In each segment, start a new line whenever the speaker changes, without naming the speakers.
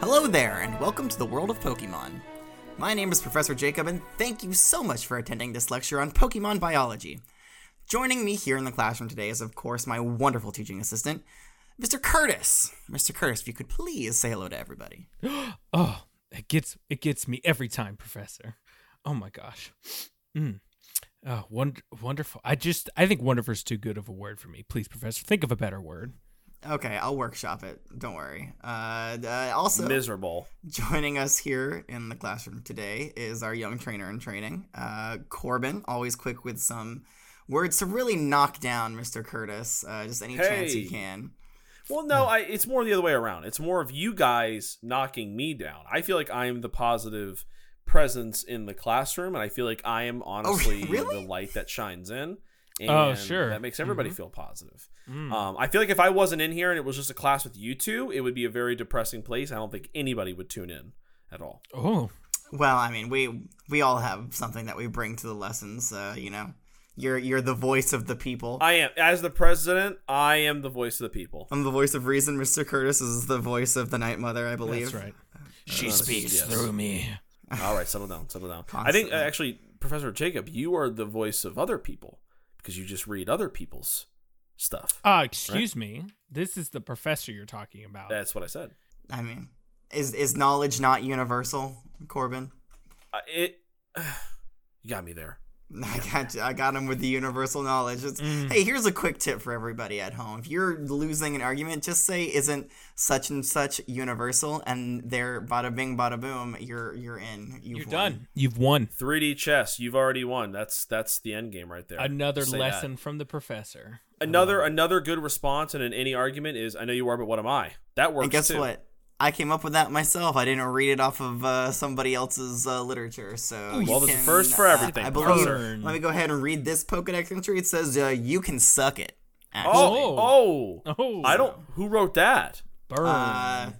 Hello there, and welcome to the world of Pokemon. My name is Professor Jacob, and thank you so much for attending this lecture on Pokemon biology. Joining me here in the classroom today is, of course, my wonderful teaching assistant, Mr. Curtis. Mr. Curtis, if you could please say hello to everybody.
Oh, it gets it gets me every time, Professor. Oh my gosh. Mm. Oh, wonder, wonderful. I just I think wonderful is too good of a word for me. Please, Professor, think of a better word.
Okay, I'll workshop it. Don't worry. Uh, uh, also,
miserable.
joining us here in the classroom today is our young trainer in training, uh, Corbin, always quick with some words to really knock down Mr. Curtis, uh, just any chance he
Hey.
can.
Well, no, I, it's more the other way around. It's more of you guys knocking me down. I feel like I'm the positive presence in the classroom, and I feel like I am honestly
really?
the light that shines in. And
Oh, sure. Mm.
That makes everybody feel positive. Um, I feel like if I wasn't in here and it was just a class with you two, it would be a very depressing place. I don't think anybody would tune in at all.
Oh,
Well, I mean, we we all have something that we bring to the lessons, uh, you know. You're you're the voice of the people.
I am, as the president, I am the voice of the people.
I'm the voice of reason. Mr. Curtis is the voice of the Night Mother, I believe. Uh,
that's right.
She
me.
All right, settle down, settle down. I think uh,
Constantly.
actually, Professor Jacob, you are the voice of other people because you just read other people's stuff.
Ah, excuse me. This is the professor you're talking about.
That's what I said.
I mean, is is knowledge not universal, Corbin?
Uh, it, you got me there.
I got you. I got him with the universal knowledge. It's,
Mm.
Hey, here's a quick tip for everybody at home. If you're losing an argument, just say isn't such and such universal, and there, bada bing, bada boom, you're you're in. You've
you're
won.
done. You've won.
3D chess. You've already won. That's that's the end game right there.
Another
Say that.
lesson from the professor.
Another another good response in any argument is, "I know you are, but what am I?" That works.
And guess
too.
what? I came up with that myself. I didn't read it off of uh, somebody else's uh, literature. So you
Well, there's a
can,
first for
uh,
everything,
I believe.
Burn.
Let me go ahead and read this Pokedex entry. It says uh, you can suck it. Actually.
Oh, oh,
Oh.
I don't. Who wrote that?
Burn.
Uh,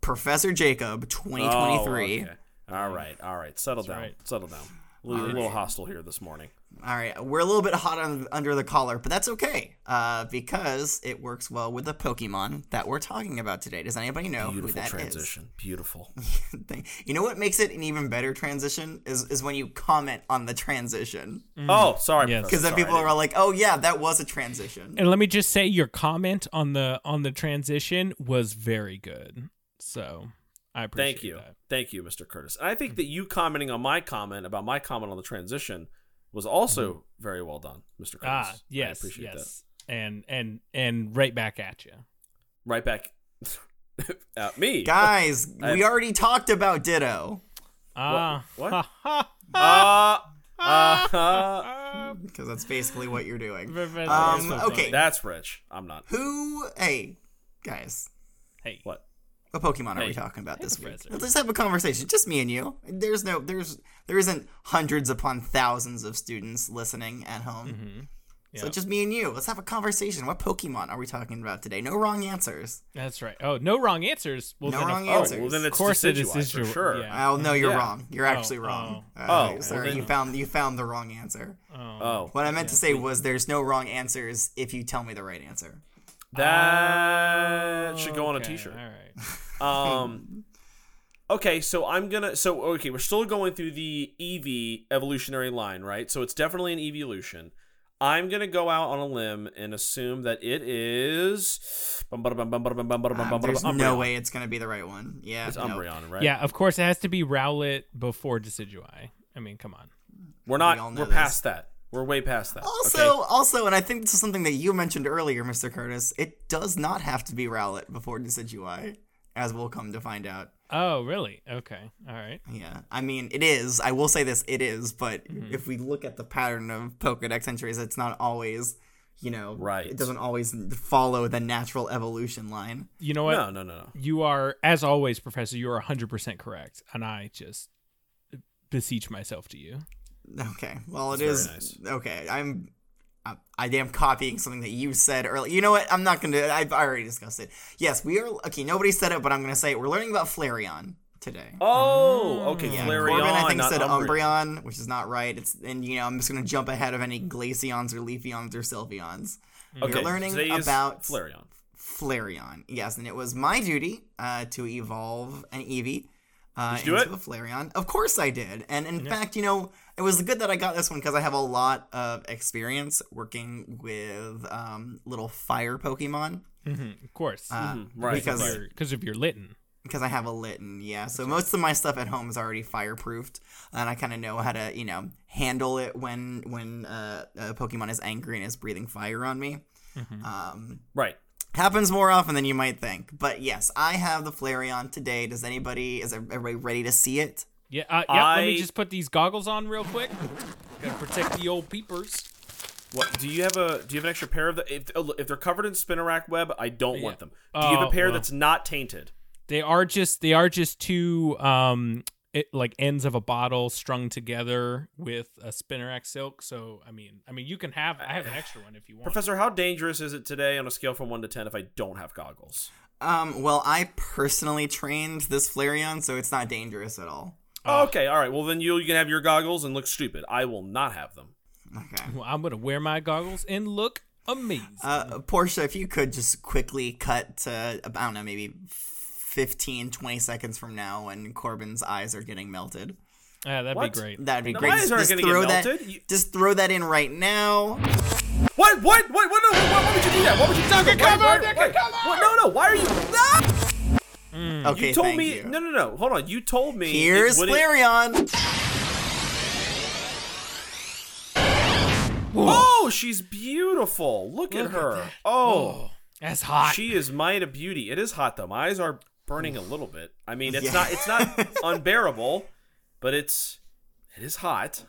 Professor Jacob, 2023.
Oh, okay. All right, all right. Settle down.
right.
Settle down. A little, a little hostile here this morning.
All right, we're a little bit hot on, under the collar, but that's okay uh, because it works well with the Pokemon that we're talking about today. Does anybody know who
Beautiful
that is?
transition. Beautiful.
Thing. You know what makes it an even better transition is is when you comment on the transition
Oh, sorry.
Mm-hmm. Yes.
because
Professor.
then
Sorry,
people
I
are like, "Oh yeah, that was a transition."
and let me just say your comment on the on the transition was very good. So, I appreciate
Thank you.
that.
Thank you, Mr. Curtis. And I think that you commenting on my comment about my comment on the transition was also very well done, Mr. Curtis.
Mm-hmm. Ah, yes.
I appreciate that.
yes. And and and right back at you.
Right back at me.
Guys, we already talked about Ditto
Ah.
what?
ha, ha,
Uh, uh,
ha.
because that's basically what you're doing.
Professor,
Um,
so
okay.
that's rich. I'm not.
Who? Hey, guys,
Hey.
What?
What Pokemon are we
Hey.
talking about this week?
Professor.
Let's just have a conversation, just me and you. There's no, there's, there isn't hundreds upon thousands of students listening at home.
Mm, Mm-hmm.
So
Yeah.
just me and you. Let's have a conversation. What Pokemon are we talking about today? No wrong answers.
That's right. Oh, no wrong answers. Well,
No
then, uh,
wrong
of-
Oh,
answers.
well, then
Of
it's
course it is
decidueye for
decidueye,
sure.
yeah.
Oh no, you're
Yeah.
wrong. You're actually
oh.
wrong.
well,
Uh,
then-
sorry, you found you found the wrong answer.
Oh,
What I meant to say was there's no wrong answers if you tell me the right answer.
that should go on a
Okay,
T-shirt.
All right.
Um, okay, so I'm gonna. So okay, we're still going through the EV evolutionary line, right? So it's definitely an evolution. I'm gonna go out on a limb and assume that it is. bum, bada, bum, bum, bada, bum, bum, bada, bum,
Uh,
bum,
there's
bada,
no
Umbreon.
way it's gonna be the right one. Yeah,
It's
no.
Umbreon, right?
Yeah, of course it has to be Rowlet before Decidueye. I mean, come on.
we're
We all
not.
know
We are
this.
past that. We're way past that.
Also,
okay?
also, and I think this is something that you mentioned earlier, Mr. Curtis. It does not have to be Rowlet before Decidueye, as we'll come to find out.
Oh, really? Okay. All right.
Yeah, I mean, it is. I will say this, it is. But
Mm-hmm.
if we look at the pattern of Pokedex entries, it's not always, you know,
Right.
It doesn't always follow the natural evolution line.
You know what?
no, no, no, no.
You are, as always, Professor, you are 100% correct. And I just beseech myself to you.
Okay, well, it
That's
is.
very
Okay, I'm. I, I am copying something that you said earlier. You know what? I'm not gonna. I've already discussed it. Yes, we are. Okay, nobody said it, but I'm gonna say it. We're learning about Flareon today.
Oh, okay.
Yeah,
Flareon,
Corbin, I think
not
said
Umbreon.
Umbreon, which is not right. It's and you know I'm just gonna jump ahead of any Glaceons or Leafeons or Sylveons.
Okay,
We're learning
today's
about
Flareon.
Flareon. Yes, and it was my duty uh, to evolve an Eevee uh,
Did you
into
do
a Flareon. Of course I did. And in fact, you know, it was good that I got this one because I have a lot of experience working with um, little fire Pokemon.
Mhm, of course.
Uh,
Mm-hmm. Right.
because-
right.
Because of your Litten.
because I have a Litten, yeah. So most of my stuff at home is already fireproofed, and I kind of know how to, you know, handle it when when uh, a Pokemon is angry and is breathing fire on me.
Mm-hmm.
Um,
Right.
happens more often than you might think, but yes, I have the Flareon today. Does anybody is everybody ready to see it?
Yeah, uh, yeah. Let
I-
me just put these goggles on real quick. Gotta protect the old peepers.
What do you have a do you have an extra pair of the if, oh, if they're covered in spinnerack web, I don't want them. Do you have
Oh,
a pair
well.
that's not tainted?
They are just they are just two um it, like ends of a bottle strung together with a spinnerack silk. So I mean, I mean you can have I have an extra one if you want.
Professor, how dangerous is it today on a scale from 1 to 10 if I don't have goggles?
Um, well, I personally trained this Flareon, so it's not dangerous at all.
okay, all right. Well, then you, you can have your goggles and look stupid. I will not have them.
Okay.
Well, I'm gonna wear my goggles and look amazing.
Uh, Portia, if you could just quickly cut to, I don't know, maybe 15, 20 seconds from now when Corbin's eyes are getting melted.
yeah, Ah, that'd
what?
be great.
That'd be
No,
great.
my
Just,
eyes aren't
just
gonna get
throw that,
melted. You-
just throw that in right now.
What? What? What? What? No, what, why would you do that? Why would you do that? Why- why- why- What? No, no. Why are you? No!
Okay,
Hmm. You told
thank
me.
you.
No, no, no. Hold on. You told me. it
Here's
wouldn't-
Flareon.
Oh, she's beautiful. Look, at her. oh,
That's hot.
she is might a beauty. It is hot though. My eyes are burning a little bit. I mean, it's not. It's not unbearable, but it's. It is hot.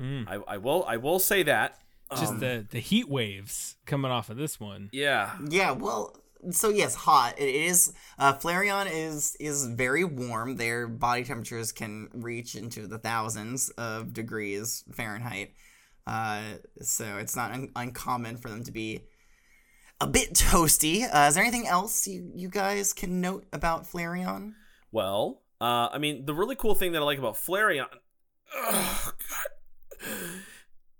I, I will. I will say that.
just
um,
the the heat waves coming off of this one.
Yeah.
Yeah, well, so yes, hot. It is. Uh, Flareon is is very warm. Their body temperatures can reach into the thousands of degrees Fahrenheit. Uh, so it's not un- uncommon for them to be a bit toasty. Uh, is there anything else you, you guys can note about Flareon?
Well, uh, I mean, the really cool thing that I like about Flareon. Oh, God.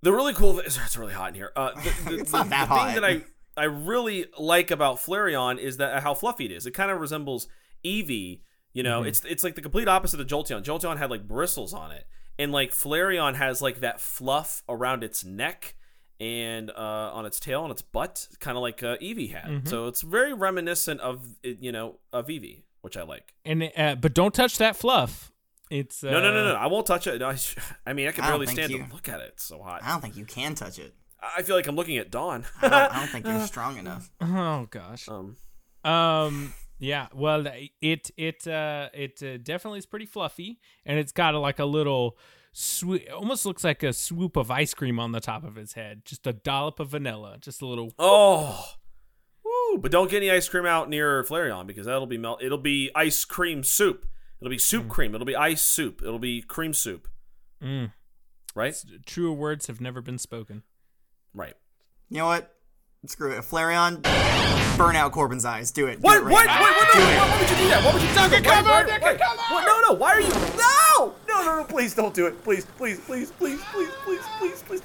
The really cool. Th- it's really hot in here. Uh, the, the,
It's
the-
not that
the
hot.
thing that I I really like about Flareon is that uh, how fluffy it is. It kind of resembles Eevee. You know,
Mm-hmm.
it's it's like the complete opposite of Jolteon. Jolteon had like bristles on it, and like Flareon has like that fluff around its neck and uh, on its tail and its butt, kind of like uh, Eevee had.
Mm-hmm.
So it's very reminiscent of you know of Eevee, which I like.
And uh, but don't touch that fluff. It's uh,
No, no, no, no. I won't touch it. No, I, I mean, I can
I don't
barely
think
stand
you-
to look at it. It's so hot.
I don't think you can touch it.
I feel like I'm looking at dawn.
I don't, I don't think you're strong enough.
Oh gosh.
um,
Um. Yeah. Well, th- it it uh it uh, definitely is pretty fluffy, and it's got a, like a little sw- almost looks like a swoop of ice cream on the top of its head, just a dollop of vanilla, just a little.
oh, woo! But don't get any ice cream out near Flareon because that'll be melt. It'll be ice cream soup. It'll be
Hmm.
soup cream. It'll be ice soup. It'll be cream soup.
Mm.
Right.
Truer words have never been spoken.
Right.
You know what? Screw it. Flareon, burn out Corbin's eyes. Do it. Do
What?
it
What?
right
What? What? No, no,
now. Do it.
why would you do that? Why would you do that? Wait, wait, wait. What? No, no. Why are you? No! No, no, no. Please don't do it. Please, please, please, please, please, please, please, please.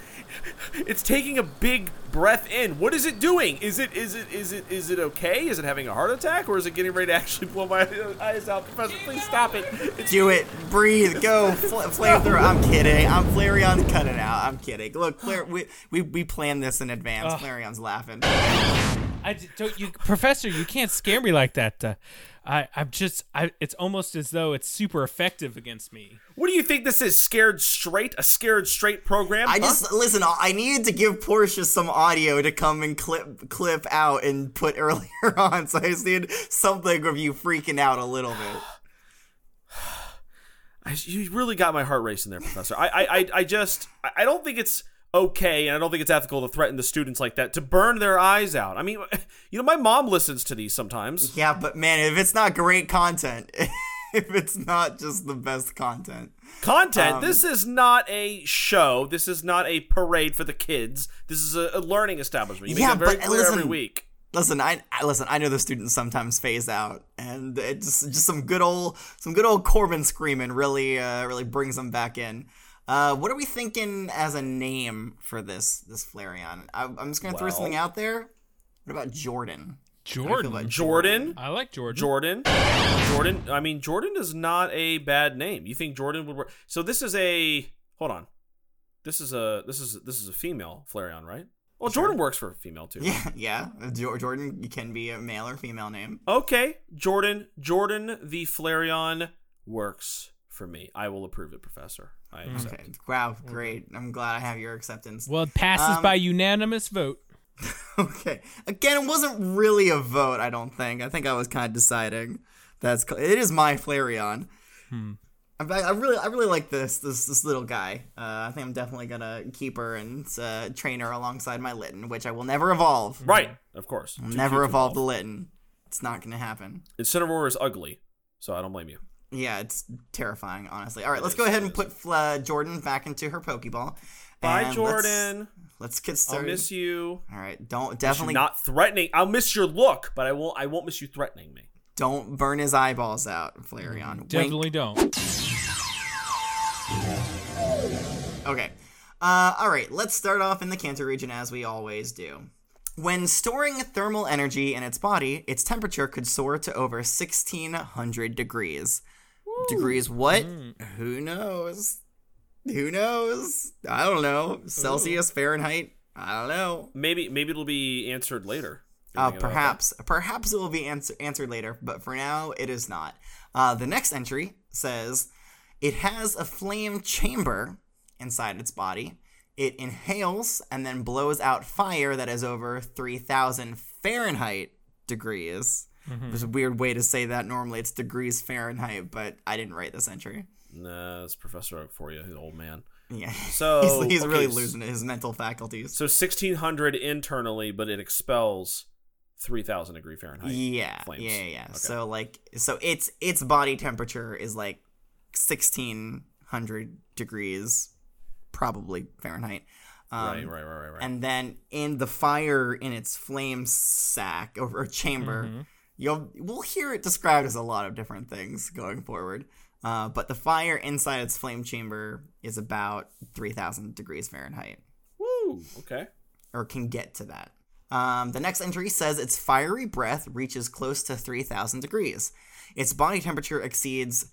It's taking a big breath in. What is it doing? Is it is it is it is it okay? Is it having a heart attack or is it getting ready to actually blow my eyes out? Professor, please stop it. It's
Do it. Breathe. Go. Fl- flamethrower. I'm kidding. I'm Flareon. Cut it out. I'm kidding. Look, Flare- we, we we planned this in advance. Flareon's laughing.
I j- don't you, Professor. You can't scare me like that. Uh, I I'm just I. It's almost as though it's super effective against me.
What do you think this is? Scared straight? A scared straight program?
I
huh?
just listen. I needed to give Portia some audio to come and clip clip out and put earlier on. So I just needed something of you freaking out a little bit.
I, you really got my heart racing there, Professor. I, I, I, I just, I- I don't think it's okay, and I don't think it's ethical to threaten the students like that to burn their eyes out. I mean, you know, my mom listens to these sometimes.
Yeah, but man, if it's not great content, if it's not just the best content, um,
Content. this is not a show. This is not a parade for the kids. This is a, a learning establishment. You make
Yeah,
that very
but
clear every
listen-
week.
Listen, I, I listen. I know the students sometimes phase out, and it's just some good old some good old Corbin screaming really uh, really brings them back in. Uh, what are we thinking as a name for this this Flareon? I, I'm just gonna throw
Well-
something out there. What about Jordan?
Jordan.
like-
Jordan.
I like Jordan.
Jordan. Mm-hmm. Jordan. I mean, Jordan is not a bad name. You think Jordan would work? So this is a hold on. This is a this is this is a female Flareon, right? Well, Jordan works for a female too.
Yeah, yeah. Jo- Jordan can be a male or female name.
Okay, Jordan. Jordan the Flareon works for me. I will approve it, Professor. I accept.
Okay. Wow, great. I'm glad I have your acceptance.
Well, it passes
Um,
by unanimous vote.
Okay. Again, it wasn't really a vote, I don't think. I think I was kind of deciding. That's cl- it is my Flareon. Hmm. I, I really, I really like this this this little guy. Uh, I think I'm definitely gonna keep her and uh, train her alongside my Litten, which I will never evolve.
Right, of course.
I'll never evolve the Litten. It's not gonna happen.
Incineroar is ugly, so I don't blame you.
Yeah, it's terrifying, honestly. All right, let's go ahead and put uh, Jordan back into her Pokeball.
Bye,
and Let's,
Jordan.
let's get
I'll
started.
miss you.
All right, don't definitely
not threatening. I'll miss your look, but I won't. I won't miss you threatening me.
don't burn his eyeballs out, Flareon.
Mm-hmm.
Wink.
Definitely don't.
Okay. Uh, all right, let's start off in the Cantor region as we always do. When storing thermal energy in its body, its temperature could soar to over 1600 degrees. Degrees what? Who knows? Who knows? I don't know. Celsius, Fahrenheit? I don't know.
Maybe maybe it'll be answered later. Thinking
Uh,
about that.
perhaps, perhaps it will be answer- answered later, but for now, it is not. Uh, the next entry says it has a flame chamber inside its body. It inhales and then blows out fire that is over 3,000 Fahrenheit degrees.
Mm-hmm.
There's a weird way to say that. Normally, it's degrees Fahrenheit, but I didn't write this entry.
Nah, that's Professor Oak for you, the old man.
Yeah,
So
he's, he's
Oh, okay,
really
s-
losing his mental faculties.
So sixteen hundred internally, but it expels three thousand degree Fahrenheit.
yeah,
flames.
yeah, yeah, yeah.
Okay.
So like, so its its body temperature is like sixteen hundred degrees, probably Fahrenheit. Um,
right, right, right, right, right.
And then in the fire in its flame sack or, or chamber,
Mm-hmm.
you'll we'll hear it described as a lot of different things going forward. Uh, but the fire inside its flame chamber is about three thousand degrees Fahrenheit
Woo. Okay.
or can get to that. Um, the next entry says its fiery breath reaches close to 3,000 degrees. Its body temperature exceeds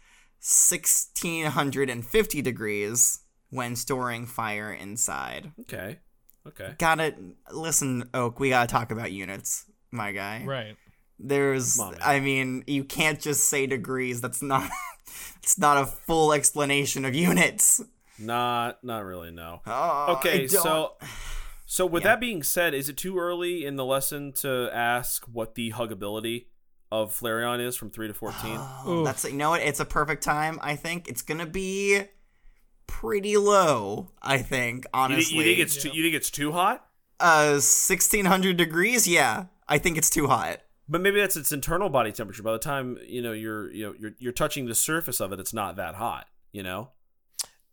1,650 degrees when storing fire inside.
Okay. Okay.
Gotta listen, Oak. We gotta talk about units, my guy.
Right.
There's,
Come on, man.
I mean, you can't just say degrees. That's not, it's not a full explanation of units.
Not not really. No.
Oh, I
Okay.
don't-
So. So with
Yeah.
that being said, is it too early in the lesson to ask what the huggability of Flareon is from three to fourteen?
Oh,
Oof.
that's you know what? It's a perfect time. I think it's gonna be pretty low. I
You
think
think-
honestly,
You, think it's too, you think it's too hot?
uh sixteen hundred degrees. Yeah, I think it's too hot.
But maybe that's its internal body temperature. By the time you know you're you know you're you're touching the surface of it, it's not that hot. You know.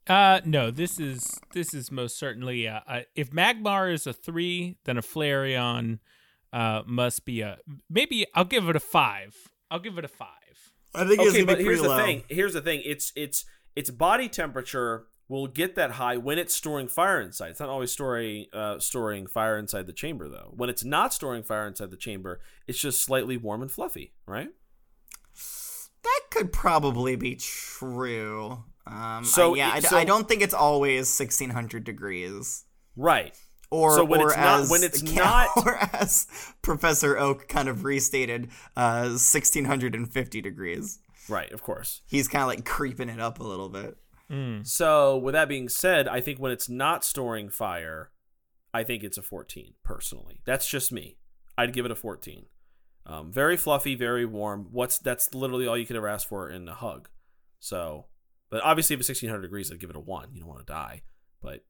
Uh, no. This is this is most certainly. Uh, uh, if Magmar is a three, then a Flareon, uh, must be a maybe. I'll give it a five. I'll give it a five.
I think it's
Okay,
gonna
but
be
here's
pretty
the
low.
thing. Here's the thing. It's it's its body temperature will get that high when it's storing fire inside. It's not always storing uh, storing fire inside the chamber though. When it's not storing fire inside the chamber, it's just slightly warm and fluffy, right?
That could probably be true. Um,
So
I- yeah, I,
it-
d-
so-
I don't think it's always sixteen hundred degrees.
Right.
Or,
So when
or
it's not-
as
when it's
yeah,
not-
or as Professor Oak kind of restated, uh, sixteen hundred and fifty degrees.
Right. Of course.
He's kind of like creeping it up a little bit.
Hmm.
Mm-hmm.
So with that being said, I think when it's not storing fire, I think it's a 14 personally. That's just me. I'd give it a 14. Um, very fluffy, very warm. What's that's literally all you could ever ask for in a hug. So, but obviously if it's 1600 degrees, I'd give it a one. You don't want to die, but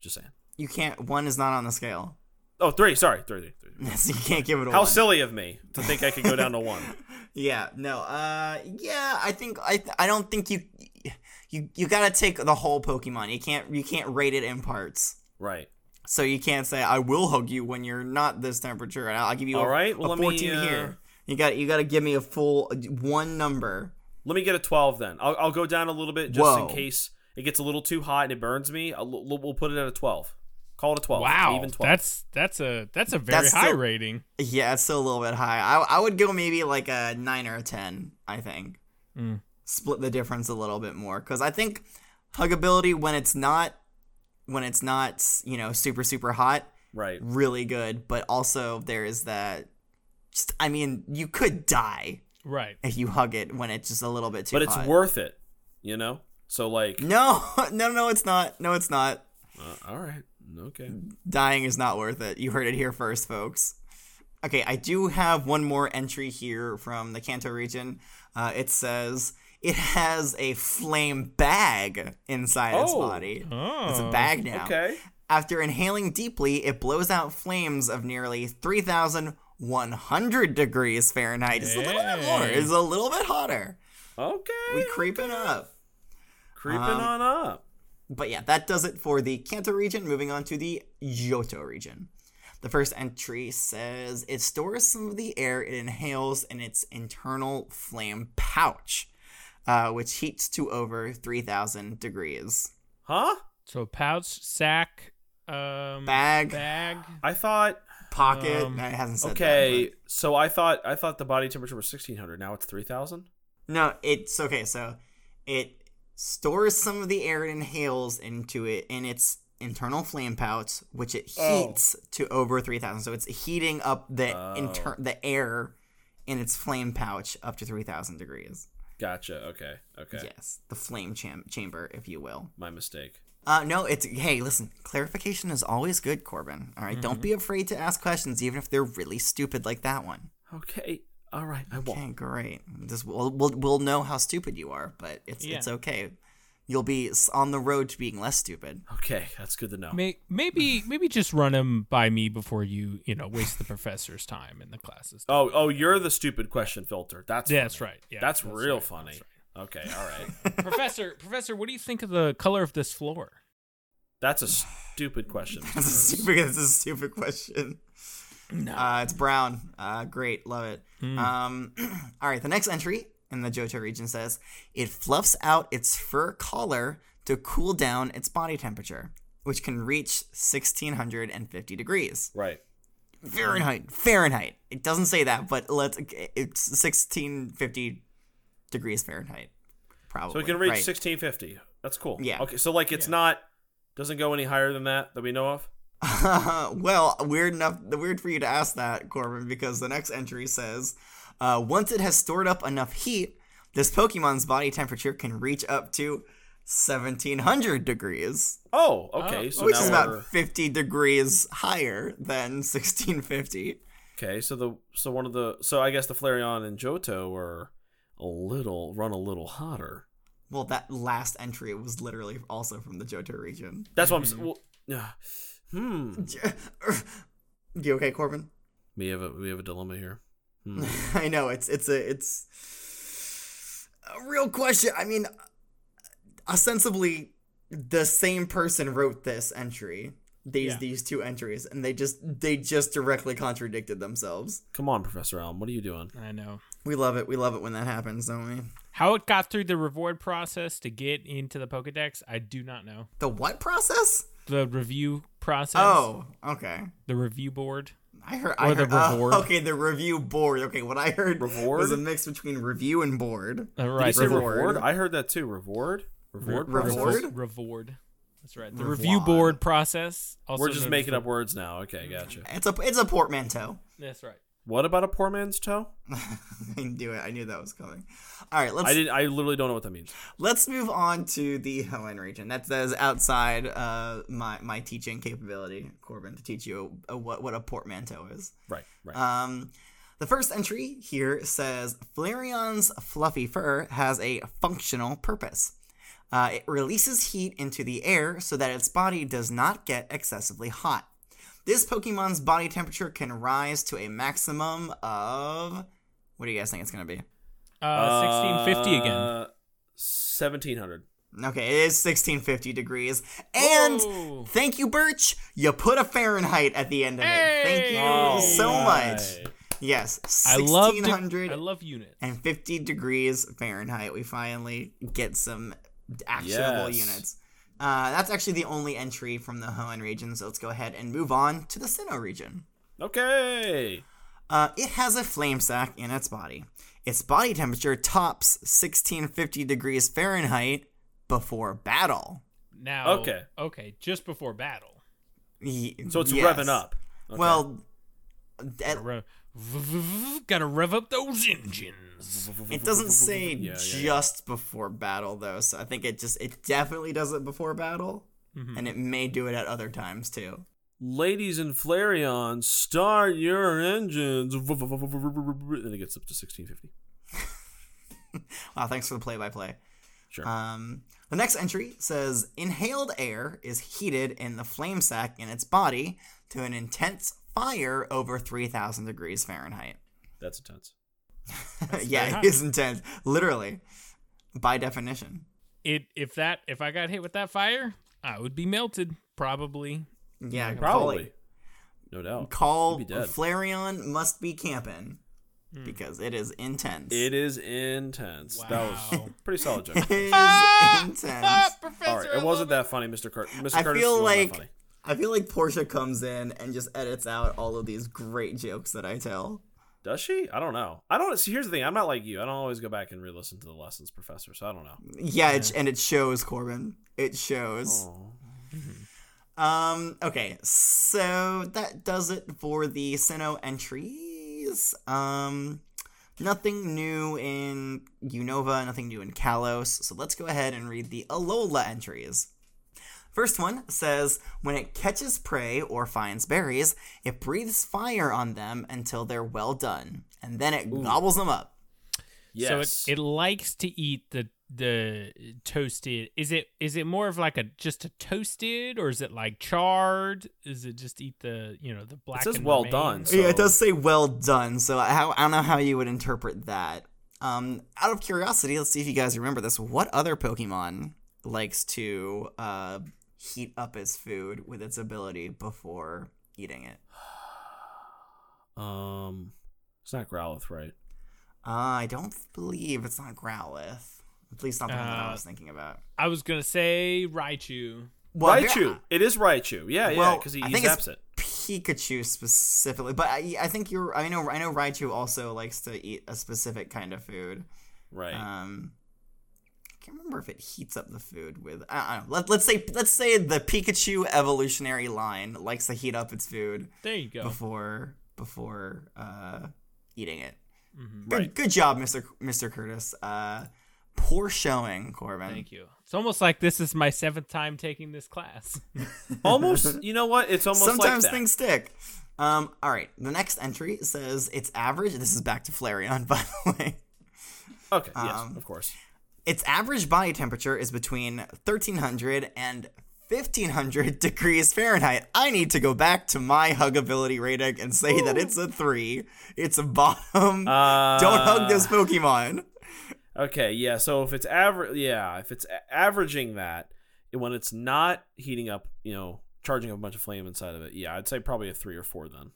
just saying.
You can't. One is not on the scale,
Oh, three. Sorry, three. three, three.
so you can't give it a
How
one.
silly of me to think I could go down to one.
yeah. No. Uh. Yeah. I think I. I don't think you. You you gotta take the whole Pokemon. You can't you can't rate it in parts.
Right.
So you can't say I will hug you when you're not this temperature. and I'll I'll give you
All
a,
right,
a
well, let me,
fourteen
uh,
here. You got you got to give me a full uh, one number.
Let me get a 12 then. I'll, I'll go down a little bit just
Whoa.
in case it gets a little too hot and it burns me. I'll, we'll put it at a 12. Call it a 12.
wow,
Even 12.
that's that's a that's a very
That's
high
still-
rating.
Yeah, it's still a little bit high. I, I would go maybe like a nine or a ten. I think
Mm.
split the difference a little bit more because I think huggability when it's not when it's not you know super super hot
right.
really good, but also there is that. Just I mean, you could die
Right.
if you hug it when it's just a little bit too.
But it's
hot.
worth it, you know? So, like,
No, no, no, it's not. No, it's not.
uh, all right. Okay.
Dying is not worth it. You heard it here first, folks. Okay, I do have one more entry here from the Kanto region. Uh, it says it has a flame bag inside its
Oh.
body. It's a
Oh.
bag now.
Okay.
After inhaling deeply, it blows out flames of nearly 3,100 degrees Fahrenheit. It's a little bit more.
Hey.
It's a little bit hotter.
Okay.
We creeping up.
Creeping
um,
on up.
But yeah, that does it for the Kanto region. Moving on to the Yoto region. The first entry says it stores some of the air it inhales in its internal flame pouch, uh, which heats to over 3,000 degrees.
Huh?
So pouch, sack, um,
Bag,
bag.
I thought
pocket.
Um,
no, it hasn't said
okay,
that,
so I thought I thought the body temperature was sixteen hundred. Now it's three thousand.
but- No, it's okay. So it stores some of the air it inhales into it in its internal flame pouch, which it
Oh.
heats to over 3,000. So it's heating up the
Oh.
inter- the air in its flame pouch up to 3,000 degrees.
Gotcha. Okay. Okay.
Yes, the flame cham- chamber, if you will.
My mistake.
Uh, no, it's hey, listen, clarification is always good, Corbin. All right?
Mm-hmm.
don't be afraid to ask questions, even if they're really stupid like that one.
Okay. All right. I won't.
Okay, great. This we'll, we'll we'll know how stupid you are, but it's it's
Yeah.
okay. You'll be s- on the road to being less stupid.
Okay, that's good to know.
May, maybe maybe just run them by me before you you know waste the professor's time in the classes.
Oh, oh, you're the stupid question filter. That's
Yeah, that's
funny.
right. Yeah,
that's,
that's
real
right,
funny.
that's
Okay. All right.
professor, professor, what do you think of the color of this floor?
that's a stupid question.
That's a stupid. That's a stupid question.
No. Hmm.
Uh, it's brown. Uh, great, love it. Um, all right. The next entry in the Johto region says it fluffs out its fur collar to cool down its body temperature, which can reach sixteen hundred and fifty degrees.
Right.
Fahrenheit. Fahrenheit. It doesn't say that, but let's. It's sixteen fifty degrees Fahrenheit. Probably.
So it can reach
right.
sixteen fifty. That's cool.
Yeah.
Okay. So like, it's not doesn't go any higher than that that we know of.
well, weird enough. Weird for you to ask that, Corbin, because the next entry says, uh, once it has stored up enough heat, this Pokemon's body temperature can reach up to seventeen hundred degrees,
Oh, okay.
Oh,
so
which
now
is
we're-
about fifty degrees higher than sixteen fifty.
Okay, so the so one of the so I guess the Flareon and Johto are a little run a little hotter.
Well, that last entry was literally also from the Johto region.
That's what I'm. s-
Mm-hmm.
Well, yeah. Hmm.
You okay, Corbin?
We have a we have a dilemma here. Hmm.
I know it's it's a it's a real question. I mean, ostensibly, the same person wrote this entry, these
Yeah.
these two entries, and they just they just directly contradicted themselves.
Come on, Professor Alm, what are you doing?
I know
We love it. We love it when that happens, don't we?
how it got through the reward process to get into the Pokedex. I do not know
The what process?
the review process.
Oh, okay.
the review board.
I heard. I
Or the
heard, oh,
reward.
okay, the review board. Okay, what I heard
Reward?
was a mix between review and board.
Uh,
Did you
right,
say
Reward.
reward? I heard that too. Reward. Reward.
Re-
process?
reward?
reward. That's right. The
Reward.
review board process. Also
We're just
known
making
as
up words now. Okay, gotcha.
It's a it's a portmanteau.
the- That's right.
What about a poor man's toe?
I knew it. I knew that was coming. All right, let's.
I did. I literally don't know what that means.
Let's move on to the Helen region. That says outside uh, my my teaching capability, Corbin, to teach you a, what what a portmanteau is.
Right. Right.
Um, the first entry here says Flareon's fluffy fur has a functional purpose. Uh, it releases heat into the air so that its body does not get excessively hot. This Pokemon's body temperature can rise to a maximum of. What do you guys think it's going to be?
Uh, 1650 again.
Seventeen hundred.
Okay, it is 1650 degrees. And
Whoa.
thank you, Birch. You put a Fahrenheit at the end of it. Thank you
Hey!
so much. Yes,
I love. de- I
1650
love units.
degrees Fahrenheit. We finally get some actionable
Yes.
units. Uh, that's actually the only entry from the Hoenn region, so let's go ahead and move on to the Sinnoh region.
Okay.
Uh, it has a flame sac in its body. Its body temperature tops 1650 degrees Fahrenheit before battle.
Now,
Okay.
okay, just before battle.
Y-
So it's
yes.
revving up. Okay.
Well, at-
Gotta rev, gotta rev up those engines.
it doesn't say
Yeah, yeah, yeah.
just before battle though, so I think it just it definitely does it before battle,
Mm-hmm.
and it may do it at other times too.
Ladies and Flareon, start your engines. And it gets up to 1650.
Wow, thanks for the play-by-play.
Sure.
Um, the next entry says inhaled air is heated in the flame sac in its body to an intense fire over 3000 degrees Fahrenheit.
That's intense.
very
yeah,
hot.
it is intense, literally, by definition.
It if that if I got hit with that fire, I would be melted probably.
Yeah,
Probably. No doubt.
Call,
You'd be
call
dead.
Flareon must be camping because it is intense.
It is intense. That was
Wow.
pretty solid joke.
It is intense.
All right, it wasn't that funny, Mr. Cart. Mr.
I
Curtis,
feel
it wasn't that
like
funny.
I feel like Portia comes in and just edits out all of these great jokes that I tell.
does she? I don't know. I don't see. Here's the thing. I'm not like you. I don't always go back and re-listen to the lessons, Professor. So I don't know.
Yeah, it, and it shows, Corbin. It shows.
Oh.
Um. Okay. So that does it for the Sinnoh entries. Um. Nothing new in Unova. Nothing new in Kalos. So let's go ahead and read the Alola entries. First one says when it catches prey or finds berries, it breathes fire on them until they're well done, and then it gobbles them up.
Yes.
So it, it likes to eat the the toasted. Is it is it more of like a just a toasted or is it like charred? Is it just eat the you know the black?
says well done, so-
Yeah, it does say well done. So how I don't know how you would interpret that. Um, out of curiosity, let's see if you guys remember this. What other Pokemon likes to uh, heat up its food with its ability before eating it?
um, it's not Growlithe, right?
Uh, I don't believe it's not Growlithe. At least not the one that I
Uh,
was thinking about.
I was gonna say Raichu.
Well, there-
Raichu. It is Raichu. Yeah, yeah.
Well,
Because he,
I
he
think it's-
zaps it.
Pikachu specifically, but I, I think you're. I know. I know Raichu also likes to eat a specific kind of food.
Right.
Um, I can't remember if it heats up the food with. I I don't know. Let, let's say let's say the Pikachu evolutionary line likes to heat up its food
There you go.
before before uh, eating it.
Mm-hmm.
Good,
right.
good job, Mister Mister Curtis. Uh, poor showing, Corbin.
Thank you. It's almost like this is my seventh time taking this class.
almost. You know what? It's almost like
Sometimes
that.
things stick. Um, all right, the next entry says it's average. This is back to Flareon, by the way.
Okay.
um,
yes. Of course.
Its average body temperature is between 1300 and 1500 degrees Fahrenheit. I need to go back to my huggability rating and say that it's a three. It's a bottom.
Uh,
Don't hug this Pokemon.
Okay, yeah. So if it's average, yeah, if it's a- averaging that, when it's not heating up, you know, charging up a bunch of flame inside of it, yeah, I'd say probably a three or four then.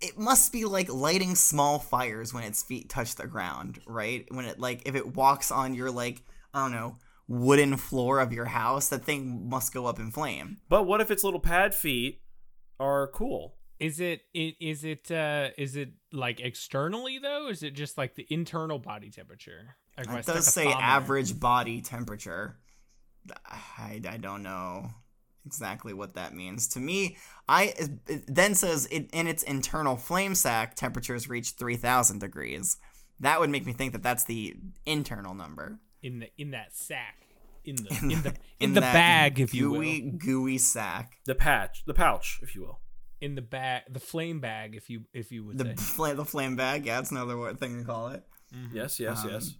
It must be like lighting small fires when its feet touch the ground, right? When it, like, if it walks on your, like, I don't know, wooden floor of your house, that thing must go up in flame.
But what if its little pad feet are cool?
Is it i- is it uh is it like externally though? Is it just like the internal body temperature? Like if I
It
stuck
does
a
say
thumb in it?
average body temperature. I, I don't know exactly what that means. To me, I it then says it, in its internal flame sac, temperatures reach 3,000 degrees. That would make me think that that's the internal number.
in the in that sack in the in the in the,
that
bag if you
gooey,
will
Gooey sac.
The patch, the pouch, if you will.
in the bag the flame bag if you if you would
The,
say
fl- the flame bag. Yeah, that's another word, thing to call it.
Yes, yes, yes.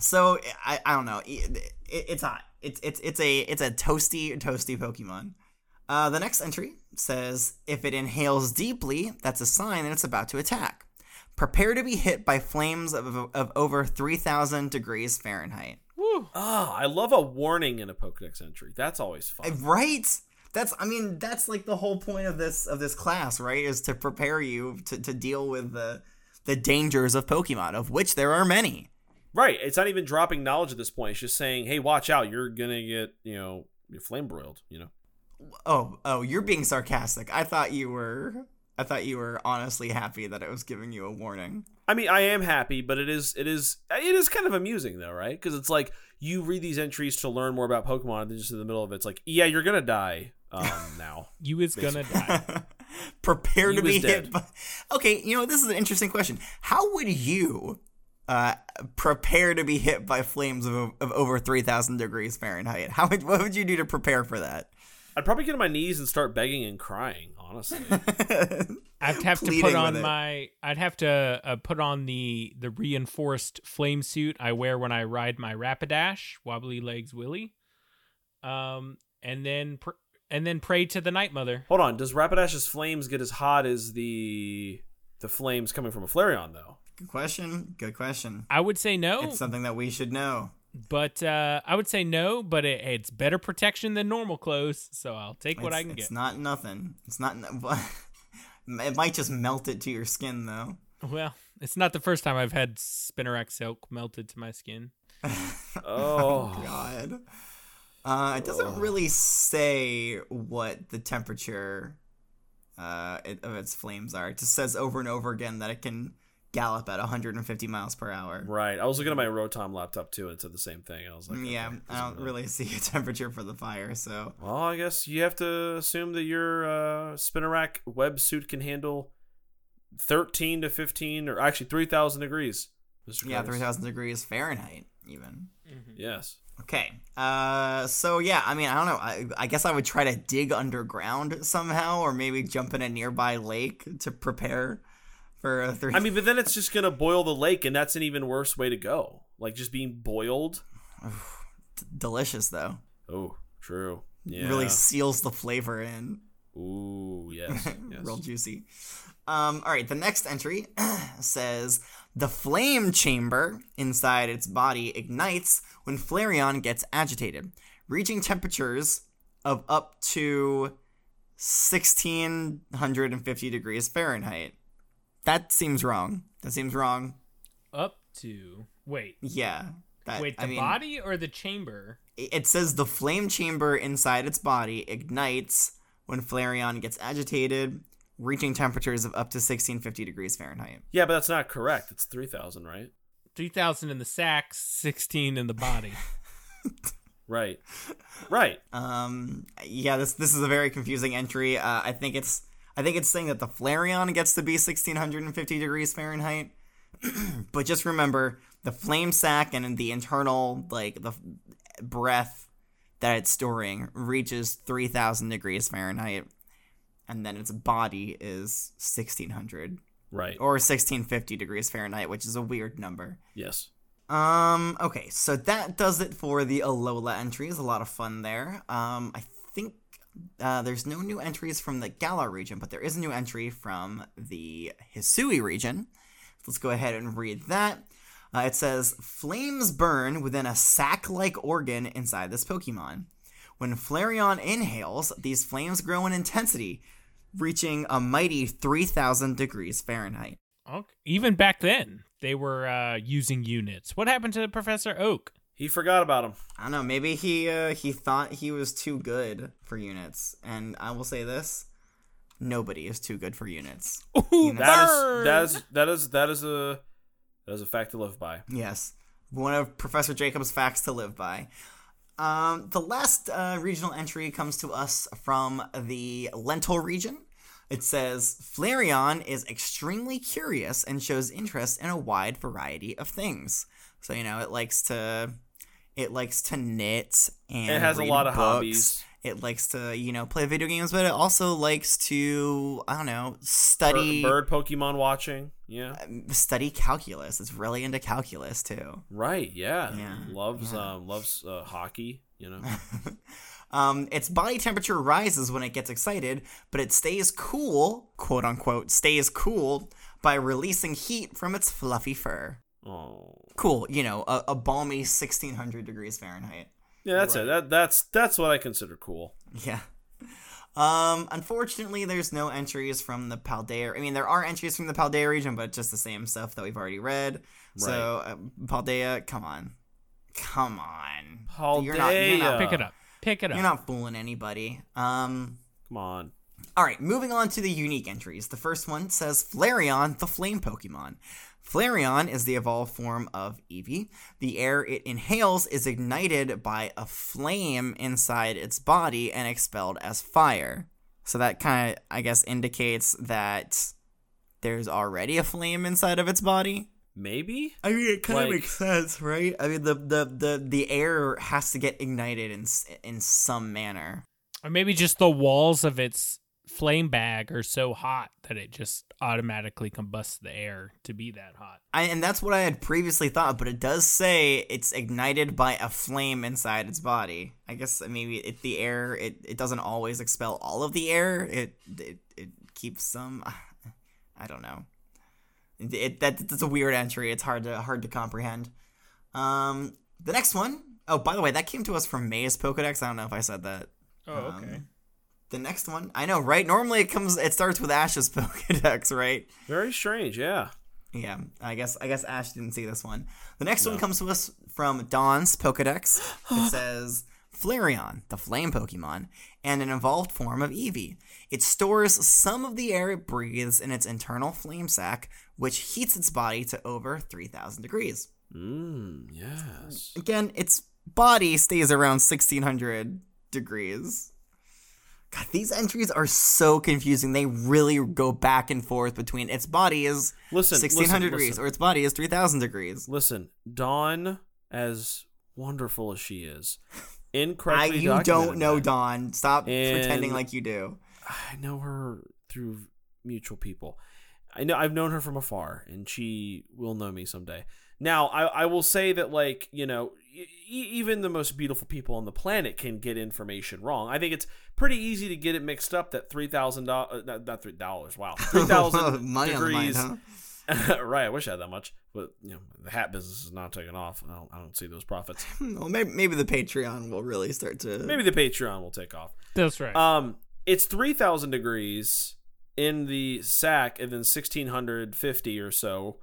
So I, I don't know. It, it- it's hot. It's it's it's a it's a toasty toasty Pokemon. Uh, the next entry says if it inhales deeply, that's a sign that it's about to attack. Prepare to be hit by flames of, of over three thousand degrees Fahrenheit.
Woo.
Ah, I love a warning in a Pokedex entry. That's always fun.
Right? That's I mean that's like the whole point of this of this class, right? Is to prepare you to, to deal with the the dangers of Pokemon, of which there are many.
Right. It's not even dropping knowledge at this point. It's just saying, hey, watch out. You're gonna get, you know, you're flame broiled, you know.
Oh, oh, you're being sarcastic. I thought you were. I thought you were honestly happy that it was giving you a warning.
I mean, I am happy, but it is it is it is kind of amusing though, right? Because it's like you read these entries to learn more about Pokemon, and then just in the middle of it, it's like, yeah, you're gonna die um, now.
You is gonna die.
Prepare
He
to be
was
hit.
dead.
By... Okay, you know this is an interesting question. How would you uh, prepare to be hit by flames of, of over three thousand degrees Fahrenheit? How would, what would you do to prepare for that?
I'd probably get on my knees and start begging and crying. Honestly,
I'd have to
Pleading
put
with
on
it.
my. I'd have to uh, put on the the reinforced flame suit I wear when I ride my Rapidash, wobbly legs Willy, um, and then pr- and then pray to the Night Mother.
hold on. Does Rapidash's flames get as hot as the the flames coming from a Flareon though?
Good question. Good question.
I would say no,
It's something that we should know.
but uh, I would say no, but it, it's better protection than normal clothes, so I'll take what
it's,
I can
it's
get.
not nothing. It's not. it might just melt it to your skin though.
well, it's not the first time I've had spinnerack silk melted to my skin.
Oh,
God. Uh, it doesn't really say what the temperature uh, it, of its flames are. It just says over and over again that it can gallop at 150 miles per hour.
right. I was looking at my Rotom laptop too, and it said the same thing. I was like,
Mm, Yeah,
okay,
I don't really see a temperature for the fire, so.
Well, I guess you have to assume that your uh, Spinnerack web suit can handle 13 to 15, or actually 3,000 degrees. Mr.
Yeah,
Curtis.
3,000 degrees Fahrenheit, even.
Yes.
Okay. Uh, so yeah, I mean, I don't know. I, I guess I would try to dig underground somehow, or maybe jump in a nearby lake to prepare for a three.
I mean, but then it's just going to boil the lake, and that's an even worse way to go. Like just being boiled.
delicious though.
Oh, true. Yeah.
Really seals the flavor in.
Ooh, yes. yes.
Real juicy. Um, all right, the next entry says the flame chamber inside its body ignites when Flareon gets agitated, reaching temperatures of up to 1650 degrees Fahrenheit. That seems wrong. That seems wrong.
Up to wait,
Yeah. That,
wait, the
I mean,
body or the chamber?
it says the flame chamber inside its body ignites when Flareon gets agitated, reaching temperatures of up to 1650 degrees Fahrenheit.
Yeah, but that's not correct. It's 3,000, right?
Three thousand in the sack, sixteen in the body.
Right. Right.
Um, yeah, this this is a very confusing entry. Uh, I think it's I think it's saying that the Flareon gets to be 1650 degrees Fahrenheit, but just remember the flame sac and the internal like the f- breath that it's storing reaches 3000 degrees Fahrenheit, and then its body is 1600
Right.
or 1650 degrees Fahrenheit, which is a weird number.
Yes.
Um. Okay. So that does it for the Alola entries. A lot of fun there. Um. I think uh, there's no new entries from the Galar region, but there is a new entry from the Hisui region. Let's go ahead and read that. Uh, it says flames burn within a sac-like organ inside this Pokemon. When Flareon inhales, these flames grow in intensity, reaching a mighty 3,000 degrees Fahrenheit.
Okay. Even back then, they were uh, using units. What happened to Professor Oak?
He forgot about him.
I don't know. Maybe he uh, he thought he was too good for units, and I will say this: nobody is too good for units.
Ooh,
That
burn!
is, that is that is that is a that is a fact to live by.
Yes, one of Professor Jacob's facts to live by. Um, the last uh, regional entry comes to us from the Lentil region. It says Flareon is extremely curious and shows interest in a wide variety of things. So you know it likes to it likes to knit and
It has a
read
lot of
books.
hobbies.
It likes to you know play video games, but it also likes to I don't know
Bir-
study Uh,
Bird Pokemon watching. Yeah.
study calculus. It's really into calculus too.
Right. Yeah.
Yeah,
Loves um loves uh, hockey. You know.
Um, its body temperature rises when it gets excited, but it stays cool, quote unquote, stays cool by releasing heat from its fluffy fur.
Oh.
Cool, you know, a, a balmy 1600 degrees Fahrenheit.
Yeah. That's it. That that's that's what I consider cool.
Yeah. Um, unfortunately, there's no entries from the Paldea. I mean, there are entries from the Paldea region, but just the same stuff that we've already read. So, uh, Paldea, come on. Come on. You're not, you're not
Paldea.
Pick it up. Pick it up.
You're not fooling anybody. Um,
Come on.
all right, moving on to the unique entries. The first one says Flareon, the flame Pokemon. Flareon is the evolved form of Eevee. The air it inhales is ignited by a flame inside its body and expelled as fire. So that kind of, I guess, indicates that there's already a flame inside of its body.
Maybe?
I mean, it kind
Like-
of makes sense, right? I mean, the, the, the, the air has to get ignited in, s- in some manner.
Or maybe just the walls of its flame bag are so hot that it just automatically combusts the air to be that hot.
I, and that's what I had previously thought, but it does say it's ignited by a flame inside its body. I guess uh, maybe it, the air it, it doesn't always expel all of the air. It it, it keeps some. I don't know. It, it- that that's a weird entry. It's hard to hard to comprehend. Um, the next one oh by the way, that came to us from May's Pokedex. I don't know if I said that.
Oh,
okay. The next one, I know, right? Normally it comes, it starts with Ash's Pokedex, right?
Very strange, yeah.
Yeah, I guess I guess Ash didn't see this one. The next one comes to us from Dawn's Pokedex. It says Flareon, the flame Pokemon, and an evolved form of Eevee. It stores some of the air it breathes in its internal flame sac, which heats its body to over 3,000 degrees.
Mm, yes.
Again, its body stays around 1,600 degrees. God, these entries are so confusing. They really go back and forth between its body is
Listen,
1600
listen,
degrees
listen.
or its body is 3000 degrees
Listen, Dawn, as wonderful as she is,
I,
incorrectly.
you don't
documented
know
that.
don stop
uh, And-
pretending like you do
I know her through mutual people. I know I've known her from afar, and she will know me someday. Now, I, I will say that like you know, e- e- even the most beautiful people on the planet can get information wrong. I think it's pretty easy to get it mixed up that three thousand dollars, not, not three dollars, wow, three thousand
Money on the mind,
degrees.
huh?
right, I wish I had that much, but you know, the hat business is not taking off. I don't, I don't see those profits.
Hmm, well maybe, maybe the patreon will really start to
Maybe the Patreon will take off.
That's right.
uh,
Um, it's three thousand degrees in the sack, and then sixteen hundred fifty or so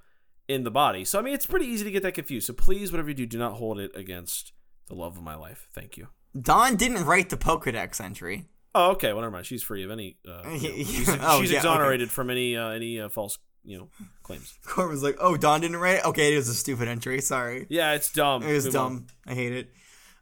in the body. So I mean, it's pretty easy to get that confused. So please, whatever you do, do not hold it against the love of my life. Thank you.
don didn't write the pokédex entry
Oh, okay. Well, never mind. She's free of any. Uh, you know, she's
Oh,
she's
yeah, okay.
exonerated from any uh, any uh, false you know claims.
court was like oh don didn't write it okay it is a stupid entry sorry
Yeah, it's dumb.
it was
Move on.
dumb i hate it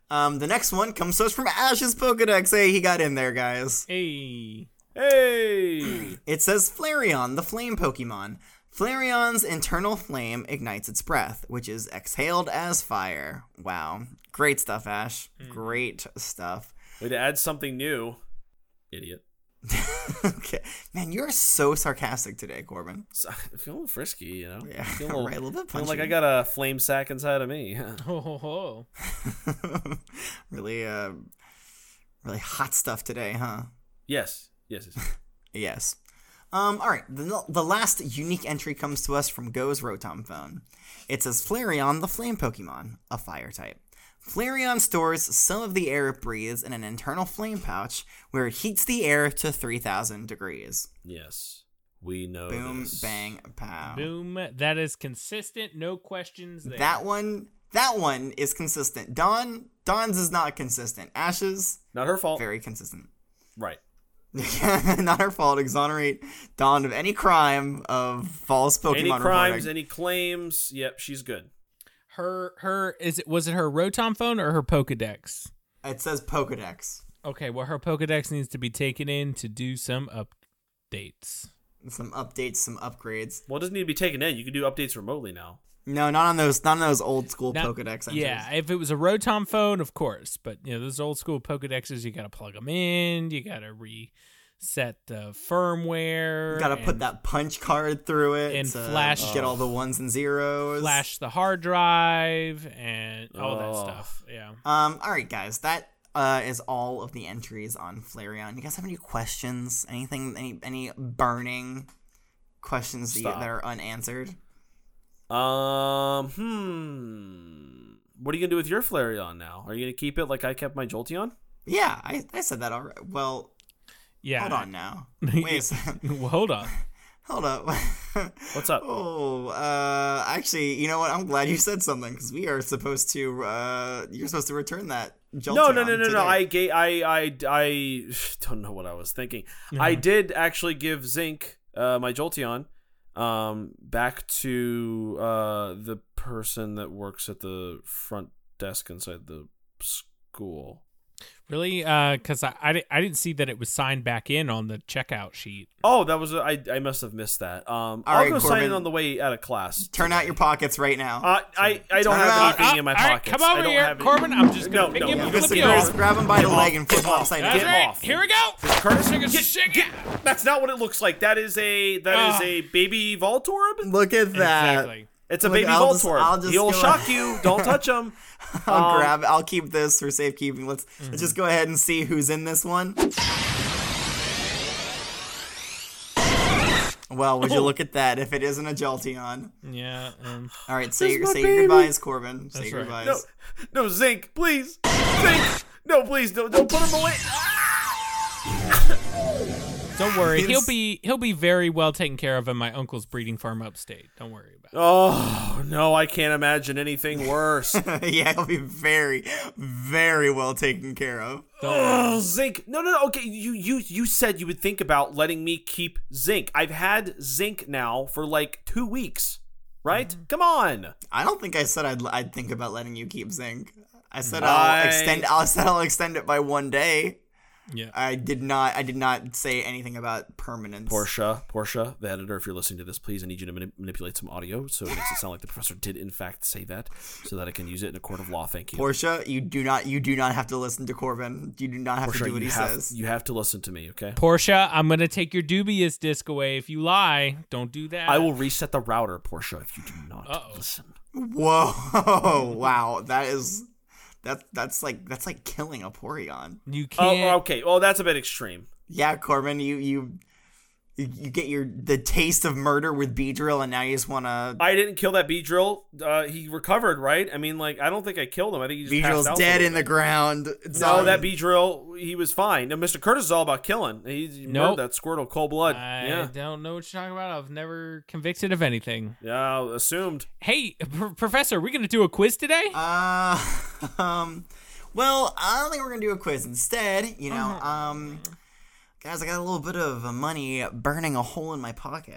um, the next one comes to us from Ash's Pokedex. Hey, he got in there, guys.
hey.
Hey.
It says Flareon, the flame Pokemon. Flareon's internal flame ignites its breath, which is exhaled as fire. Wow. Great stuff, Ash. Great stuff.
Way to add something new, idiot.
okay. Man, you're so sarcastic today, Corbin.
So- I'm feeling frisky, you know.
Yeah,
Feeling a little-
right, a little bit
feeling like
punchy.
I got a flame sack inside of me.
Ho ho ho.
really uh really hot stuff today, huh?
Yes. Yes. yes.
Yes. Um, all right. The, the last unique entry comes to us from Go's Rotom phone. It says Flareon, the flame Pokemon, a fire type. Flareon stores some of the air it breathes in an internal flame pouch where it heats the air to 3,000 degrees.
Yes. We know. Oh,
Boom,
this.
bang, pow.
Boom. That is consistent. No questions there.
That one, that one is consistent. Dawn, Dawn's is not consistent. Ashes,
Not her fault.
very consistent.
Right.
not her fault. Exonerate Dawn of any crime of false Pokemon
any crimes,
reporting.
any claims. Yep, she's good.
her her is it was it her Rotom phone or her Pokedex?
It says Pokedex.
Okay, well her Pokedex needs to be taken in to do some updates.
Some updates, some upgrades.
Well, it doesn't need to be taken in. You can do updates remotely now.
No, not on those. Not on those old school
Now-
Pokedex. Entries.
Yeah, if it was a Rotom phone, of course. But you know, those old school Pokedexes, you got to plug them in. You got to reset the firmware.
gotta put
and
that punch card through it
and
to
flash-
Get all the ones and zeros.
flash the hard drive and all that
Oh.
stuff. Yeah.
Um. All right, guys. That uh is all of the entries on Flareon. You guys have any questions? Anything? Any any burning questions that, you,
Stop.
that are unanswered?
Um. Hmm. What are you gonna do with your Flareon now? Are you gonna keep it like I kept my Jolteon?
Yeah, I, I said that already. Well,
Yeah.
hold on now. Wait a second.
Well, hold on.
Hold up.
What's up?
Oh, uh, actually, you know what? I'm glad you said something because we are supposed to. Uh, you're supposed to return that.
no,
Jolteon
no, no, no,
today.
no. I gave. I, I, I don't know what I was thinking. I did actually give Zinc, uh, my Jolteon, um, back to uh the person that works at the front desk inside the school.
Really? Because I I, di- I didn't see that it was signed back in on the checkout sheet.
Oh, that was I. I must have missed that. Um,
All
I'll
right,
go sign in
Corbin.
on the way out of class.
Turn out your pockets right now.
Uh, I, I don't
Turn
have
around.
anything
Uh,
in my
all right,
pockets.
come over
I don't
here,
have any-
Corbin. I'm just gonna
No,
pick
no,
him
you
up.
Just
Flip
get
him
grab-
off.
over.
grab him by the
Get
leg
off.
and flip him
Get off.
upside
That's
down.
him
right.
off.
Here we go.
Curtis,
Take a
get-
shake
get-
it.
That's not what it looks like. That is a that is
Ah.
a baby Voltorb.
Look at that.
Exactly.
It's a
Look,
baby
I'll just-
Voltorb.
I'll just
He'll
go-
shock you. Don't touch him. Um,
I'll grab. I'll keep this for safekeeping. Let's
Mm-hmm.
let's just go ahead and see who's in this one. Well,
Oh.
would you look at that? If it isn't a Jolteon,
Yeah. Um,
all right. Say your
my
say your
baby.
goodbyes, Corbin. Say
That's
your
right.
goodbyes.
No, no, Zinc, please, Zinc. No, please, don't don't put him away.
don't worry.
It's-
He'll be he'll be very well taken care of in my uncle's breeding farm upstate. Don't worry about it.
Oh no, I can't imagine anything worse.
yeah, he'll be very, very well taken care of.
Oh, zinc. No, no, no. Okay, you you you said you would think about letting me keep zinc. I've had zinc now for like two weeks. Right? Come on.
I don't think I said I'd, I'd think about letting you keep Zinc. I said
I-
I'll extend. I said I'll extend it by one day.
Yeah.
I did not. I did not say anything about permanence.
Portia, Portia, the editor, if you're listening to this, please, I need you to mani- manipulate some audio so it makes it sound like the professor did in fact say that, so that I can use it in a court of law. Thank you.
Portia, you do not. You do not have to listen to Corbin. You do not have
Portia,
to do what
you
he
have,
says.
You have to listen to me, okay?
Portia, I'm gonna take your dubious disc away if you lie. Don't do that.
I will reset the router, Portia, if you do not
Uh-oh.
listen.
Whoa! Wow, that is. That's that's like that's like killing a Porygon.
You can't.
Oh, okay. Well, that's a bit extreme.
Yeah, Corbin, you you you you get your the taste of murder with Beedrill, and now you just want to.
I didn't kill that B drill. Uh, he recovered, right? I mean, like, I don't think I killed him. I think he just passed
Beedrill's
out
dead
for a
in the ground. It's
No,
not-
that B drill, he was fine. No, Mr. Curtis is all about killing. He he
Nope.
murdered that Squirtle cold blood.
I
yeah.
don't know what you're talking about. I've never convicted of anything.
Yeah, assumed.
Hey, pr- Professor, are we gonna do a quiz today?
Uh, um, well, I don't think we're gonna do a quiz instead. You know, um, guys, I got a little bit of uh, money burning a hole in my pocket.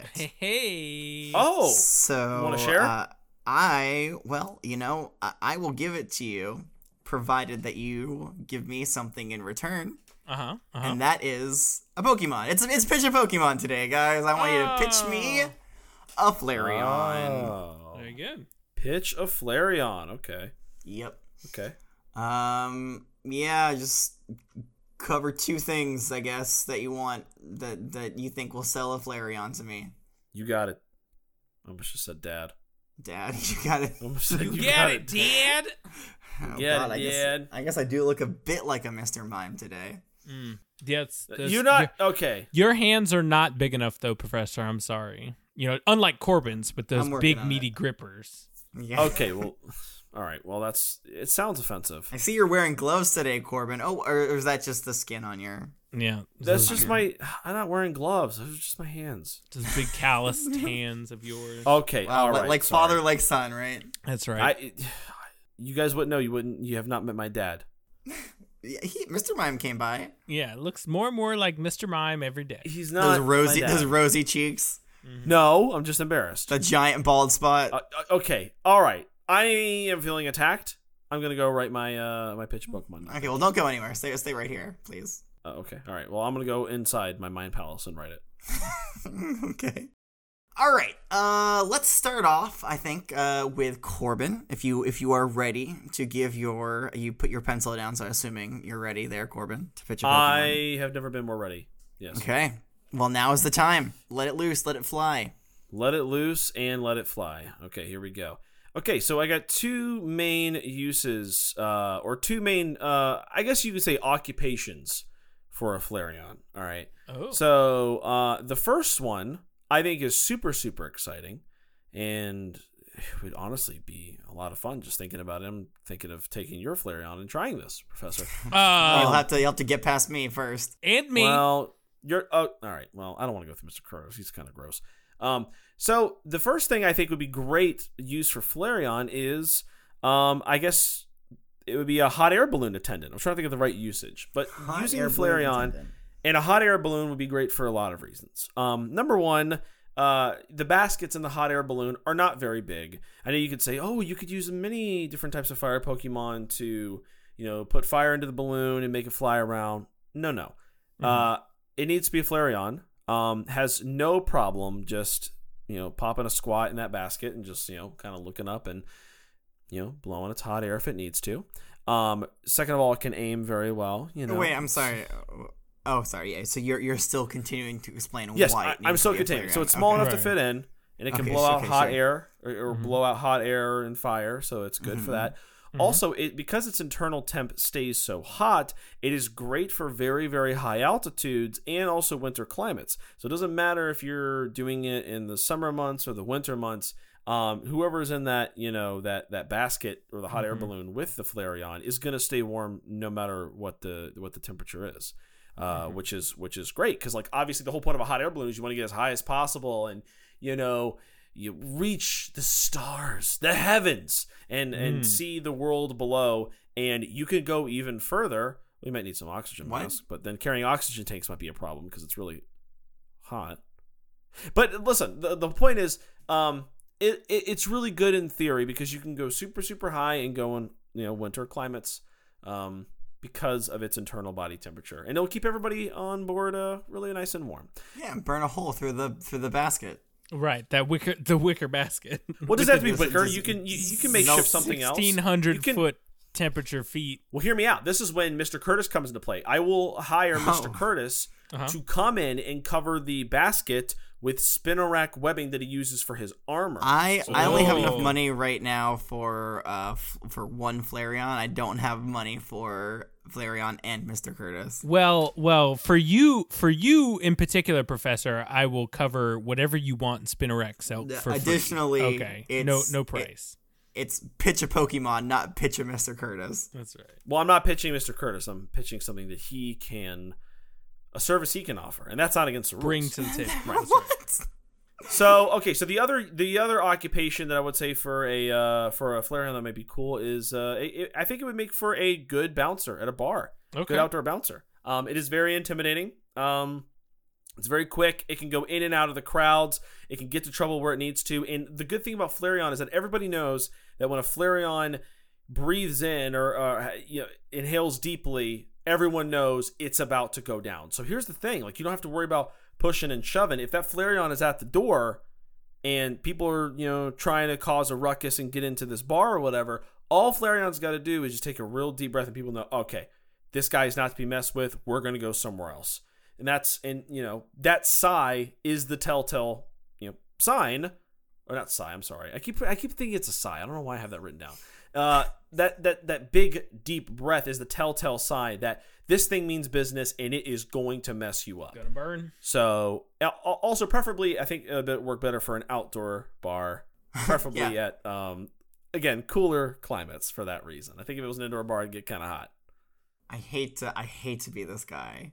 hey.
Oh,
So,
wanna share?
Uh, I well, you know, I, I will give it to you, provided that you give me something in return,
Uh huh. Uh-huh.
and that is a Pokemon. It's it's pitch a Pokemon today, guys. I want you to pitch me a Flareon.
Oh.
Very good.
pitch a Flareon. Okay,
Yep.
okay.
Um. Yeah. Just cover two things, I guess, that you want that that you think will sell a Flareon to me,
You got it. I almost just said dad.
Dad. You got it.
I almost said you,
Get
got
it, Dad.
Oh,
Yeah,
God, I guess,
Dad.
I guess I do look a bit like a Mr. Mime today.
Mm. Yes. this-
Uh, You're not okay.
Your, your hands are not big enough, though, Professor. I'm sorry. You know, unlike Corbin's with those
I'm working
big
on
meaty grippers.
Yeah.
Okay, well, all right. Well, that's it. Sounds offensive.
I see you're wearing gloves today, Corbin. Oh, or, or is that just the skin on your?
Yeah.
That's
those,
just my. I'm not wearing gloves. Those are just my hands.
those big calloused hands of yours.
Okay,
Wow,
all
li-
right.
like
sorry.
father, like son, right?
That's right.
Oh, I. You guys wouldn't know. You wouldn't. You have not met my dad.
Yeah, He, Mr. Mime came by.
yeah, it looks more and more like Mr. Mime every day. Mm-hmm.
He's
Those
not
rosy,
my dad.
those rosy cheeks,
No, I'm just embarrassed.
the giant bald spot.
Uh, uh, okay, all right. I am feeling attacked. I'm gonna go write my uh my pitch Pokemon. now.
okay, well, don't go anywhere. Stay, stay right here, please.
Uh, okay, all right. Well, I'm gonna go inside my mind palace and write it.
okay. All right. Uh, let's start off. I think uh, with Corbin, if you if you are ready to give your you put your pencil down. So assuming you're ready there, Corbin, to pitch a Pokemon.
I have never been more ready. Yes.
Okay. Well, now is the time. Let it loose. Let it fly.
Let it loose and let it fly. Okay, here we go. Okay, so I got two main uses, uh, or two main, uh, I guess you could say occupations for a Flareon. All right.
Oh.
So uh, the first one I think is super super exciting, and it would honestly be a lot of fun just thinking about it. I'm thinking of taking your Flareon and trying this, Professor.
Uh,
Um,
you'll have to you'll have to get past me first.
and me.
Well, you're oh, all right. Well, I don't want to go through Mr. Curtis. He's kind of gross. Um, so the first thing I think would be great use for Flareon is, um, I guess it would be a hot air balloon attendant. I'm trying to think of the right usage, but
Hot
using
air balloon
Flareon
attendant.
and a hot air balloon would be great for a lot of reasons. Um, number one, uh, the baskets in the hot air balloon are not very big. I know you could say, oh, you could use many different types of fire Pokemon to, you know, put fire into the balloon and make it fly around. No, no. Uh,
Mm-hmm.
it needs to be a Flareon. Um, has no problem just, you know, popping a squat in that basket and just, you know, kind of looking up and, you know, blowing its hot air if it needs to. Um, second of all, it can aim very well. You know,
Wait, I'm sorry. Oh, sorry. Yeah. So you're you're still continuing to explain
Yes,
why.
I,
it
I'm
needs
still
to be a
continuing.
playground.
So it's small
Okay.
enough to
Right.
fit in, and it can
Okay,
blow
so- Mm-hmm.
out
okay,
hot
sure.
air or, or blow out hot air and fire. So it's good
Mm-hmm.
for that. Also, it because its internal temp stays so hot, it is great for very very high altitudes and also winter climates. So it doesn't matter if you're doing it in the summer months or the winter months. Um, whoever's in that you know that that basket or the hot air balloon with the Flareon is going to stay warm no matter what the what the temperature is uh, which is which is great because like obviously the whole point of a hot air balloon is you want to get as high as possible and you know you reach the stars the heavens and and see the world below and you can go even further we might need some oxygen
What?
masks but then carrying oxygen tanks might be a problem because it's really hot but listen, the, the point is, um, it, it it's really good in theory because you can go super super high and go in you know winter climates, um, because of its internal body temperature, and it'll keep everybody on board uh, really nice and warm.
Yeah, burn a hole through the through the basket.
Right, that wicker, the wicker basket,
What does that have to be
Because it
wicker?
just-
You can you, you can make
No,
shift something else.
sixteen
You
hundred
can-
foot temperature feet.
Well, hear me out. This is when Mr. Curtis comes into play. I will hire Mr.
Oh.
Curtis to come in and cover the basket with spinnerack webbing that he uses for his armor.
I I only have enough
Oh.
money right now for uh f- for one Flareon. I don't have money for Flareon and Mr. Curtis.
Well, well, for you, for you in particular, Professor, I will cover whatever you want in Spinarex. So
The-
for free.
additionally,
okay, no,
it's-
no
it-
price.
It's pitch a Pokemon, not pitch a Mr. Curtis.
That's right.
Well, I'm not pitching Mr. Curtis. I'm pitching something that he can, a service he can offer, and that's not against the rules.
Bring to the table.
What?
so okay. So the other the other occupation that I would say for a uh, for a Flareon that might be cool is uh, it, it- I think it would make for a good bouncer at a bar.
Okay.
Good outdoor bouncer. Um, it is very intimidating. Um, it's very quick. It can go in and out of the crowds. It can get to trouble where it needs to. And the good thing about Flareon is that everybody knows that when a Flareon breathes in or uh, you know, inhales deeply, everyone knows it's about to go down. So here's the thing: like you don't have to worry about pushing and shoving. If that Flareon is at the door, and people are you know trying to cause a ruckus and get into this bar or whatever, all Flareon's got to do is just take a real deep breath, and people know, okay, this guy is not to be messed with. We're going to go somewhere else. And that's and you know that sigh is the telltale you know sign or not sigh. I'm sorry. I keep I keep thinking it's a sigh. I don't know why I have that written down. Uh, that that that big deep breath is the telltale sign that this thing means business and it is going to mess you up.
Gonna burn.
So al- al- also preferably, I think it would work better for an outdoor bar, preferably at um again cooler climates for that reason. I think if it was an indoor bar, it'd get kind of hot.
I hate to I hate to be this guy.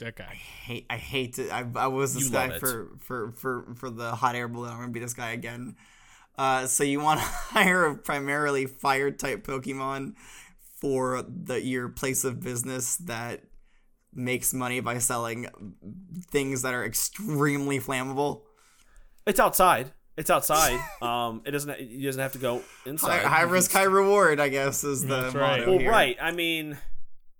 That
I
guy.
hate I hate to I, I was this
You love
guy
it.
for, for for for the hot air balloon. I'm gonna be this guy again. Uh, so you want to hire a primarily fire type Pokemon for the your place of business that makes money by selling things that are extremely flammable.
It's outside. It's outside. um, it doesn't. It doesn't have to go inside.
High, high risk, high reward. I guess is the
That's right.
motto
Well,
here.
right. I mean,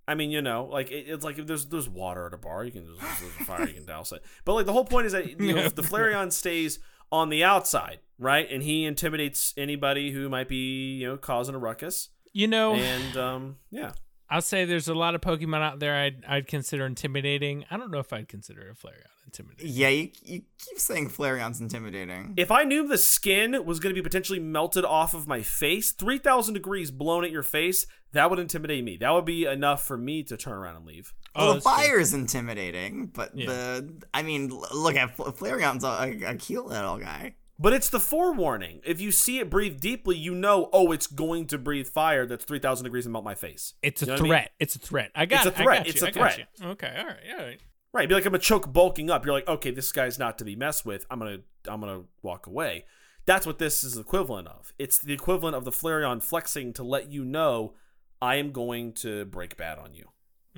I mean, you know, like it, it's like if there's there's water at a bar, you can just there's a fire, you can douse it. But like the whole point is that you know, the Flareon stays on the outside, right, and he intimidates anybody who might be you know causing a ruckus.
You know,
And um, yeah,
I'll say there's a lot of Pokemon out there I'd I'd consider intimidating. I don't know if I'd consider a Flareon intimidating.
Yeah, you, you keep saying Flareon's intimidating.
if I knew the skin was going to be potentially melted off of my face, three thousand degrees blown at your face, that would intimidate me. That would be enough for me to turn around and leave.
Well, Oh, the
Oh, that's true.
fire is intimidating, but
Yeah.
the I mean, l- look at Fl- Flareon's a, a cute little guy.
But it's the forewarning. If you see it breathe deeply, you know, oh, it's going to breathe fire that's 3,000 degrees and melt my face.
It's
You
a
know what I
threat.
mean?
It's a threat. I got
It's a
it. I
threat.
got you.
It's a
I got
threat.
you. Okay. All right. All right.
Right, be like I'm a choke bulking up. You're like, okay, this guy's not to be messed with. I'm gonna I'm gonna walk away. That's what this is equivalent of. It's the equivalent of the Flareon flexing to let you know I am going to break bad on you.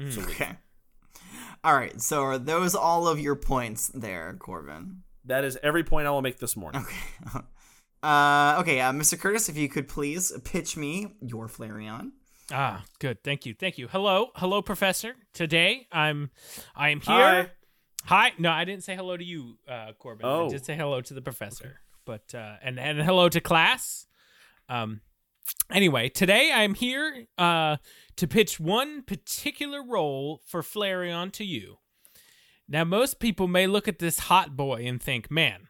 So leave.
Okay. All right. So are those all of your points there, Corbin?
that is every point I will make this morning.
Okay. uh, okay. Uh, Mr. Curtis, if you could please pitch me your Flareon.
Ah, good. Thank you. Thank you. Hello, hello, Professor. Today I'm, I am
Hi.
here. Hi. No, I didn't say hello to you, uh, Corbin.
Oh.
I did say hello to the professor, but uh, and and hello to class. Um. Anyway, today I'm here uh, to pitch one particular role for Flareon to you. Now, most people may look at this hot boy and think, man,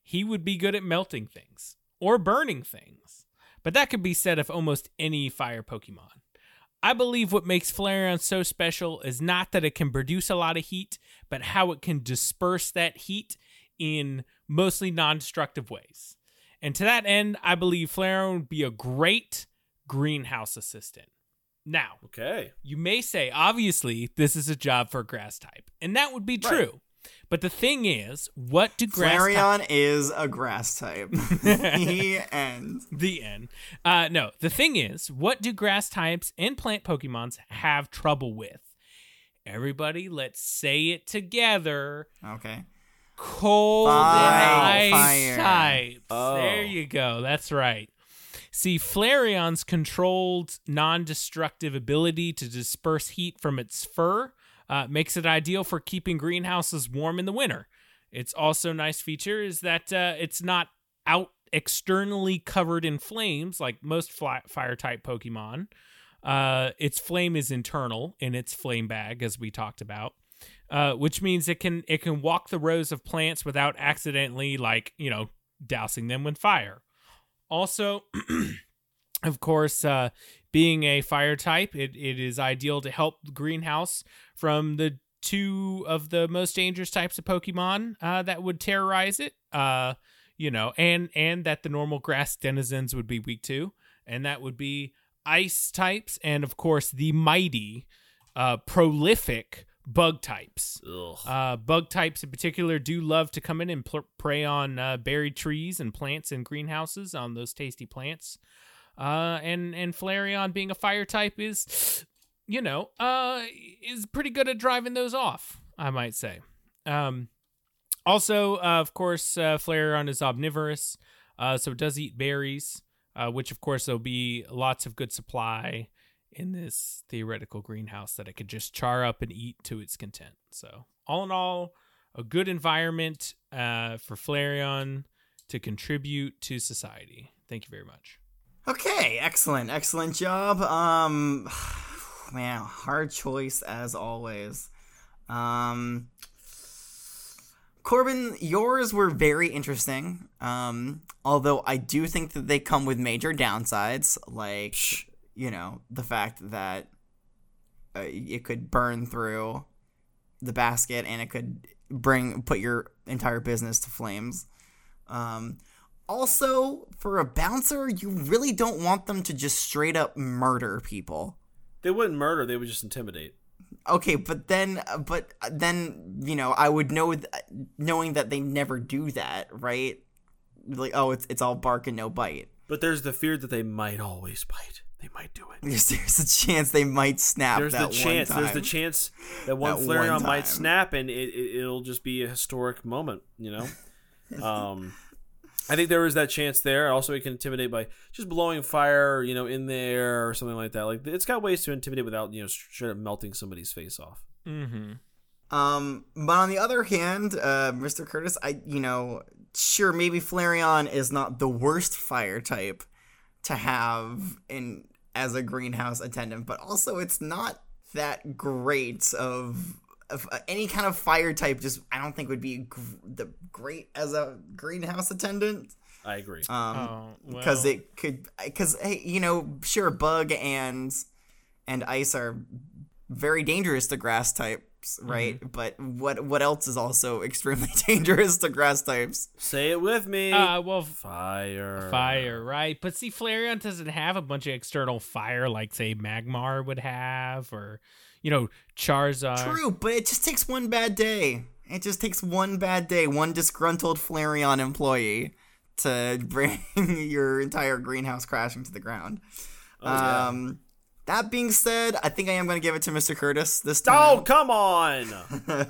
he would be good at melting things or burning things. But that could be said of almost any fire Pokemon. I believe what makes Flareon so special is not that it can produce a lot of heat, but how it can disperse that heat in mostly non destructive ways. And to that end, I believe Flareon would be a great greenhouse assistant. Now,
Okay.
you may say, obviously, this is a job for a grass type. And that would be
Right.
true. But the thing is, what do grass type-
Flareon is a grass type. the end.
the end. Uh, no, the thing is, what do grass types and plant Pokemons have trouble with? Everybody, let's say it together.
Okay.
Cold
Fire.
and
Fire.
ice types.
Oh.
There you go. That's right. See, Flareon's controlled, non destructive ability to disperse heat from its fur uh, makes it ideal for keeping greenhouses warm in the winter. It's also a nice feature is that uh, it's not out externally covered in flames like most fly- fire type Pokemon. Uh, its flame is internal in its flame bag, as we talked about, uh, which means it can it can walk the rows of plants without accidentally like you know dousing them with fire. Also, of course, uh, being a fire type, it, it is ideal to help the greenhouse from the two of the most dangerous types of Pokemon uh, that would terrorize it. Uh, you know, and and that the normal grass denizens would be weak to, and that would be ice types, and of course the mighty, uh, prolific bug types.
Ugh.
Uh, bug types in particular do love to come in and pl- prey on uh, berry trees and plants in greenhouses on those tasty plants. Uh, and and Flareon being a fire type is, you know, uh, is pretty good at driving those off. I might say. Um, also, uh, of course, uh, Flareon is omnivorous, uh, so it does eat berries, uh, which of course there'll be lots of good supply in this theoretical greenhouse that it could just char up and eat to its content. So, all in all, a good environment uh, for Flareon to contribute to society. Thank you very much.
Okay, excellent, excellent job. Um, man, hard choice as always. Um, Corbin, yours were very interesting. Um, although I do think that they come with major downsides, like you know the fact that uh, it could burn through the basket and it could bring put your entire business to flames. Um, also, for a bouncer, you really don't want them to just straight up murder people.
They wouldn't murder, they would just intimidate.
Okay, but then, but then, you know, I would know th- knowing that they never do that, right? Like, oh, it's it's all bark and no bite.
But there's the fear that they might always bite. They might do it.
There's, there's a chance they might snap.
There's the
that
chance.
One time.
There's the chance that one
That one
Flareon might
time.
snap, and it, it, it'll just be a historic moment. You know, um, I think there is that chance there. Also, it can intimidate by just blowing fire, you know, in there or something like that. Like it's got ways to intimidate without you know straight up melting somebody's face off.
Mm-hmm.
Um, but on the other hand, uh, Mr. Curtis, I you know, sure maybe Flareon is not the worst fire type to have in as a greenhouse attendant, but also it's not that great of, of uh, any kind of fire type. Just I don't think would be gr- the great as a greenhouse attendant.
I agree.
Um,
Oh, well,
because it could because hey you know sure bug and and ice are very dangerous to grass types right but what what else is also extremely dangerous to grass types
Say it with me.
Uh, well, f-
fire.
fire, right? But see, Flareon doesn't have a bunch of external fire like, say, Magmar would have, or you know, Charizard.
True, but it just takes one bad day. It just takes one bad day, one disgruntled Flareon employee to bring your entire greenhouse crashing to the ground.
Oh, yeah.
Um, that being said, I think I am going to give it to Mr. Curtis this
Oh,
time.
come on.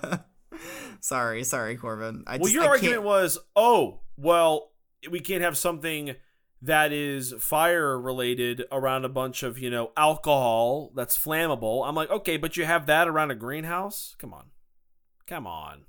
Sorry, sorry, Corbin. I
Well,
just,
your
I
argument
can't-
was, oh, well, we can't have something that is fire related around a bunch of, you know, alcohol that's flammable. I'm like, okay, but you have that around a greenhouse? Come on. Come on.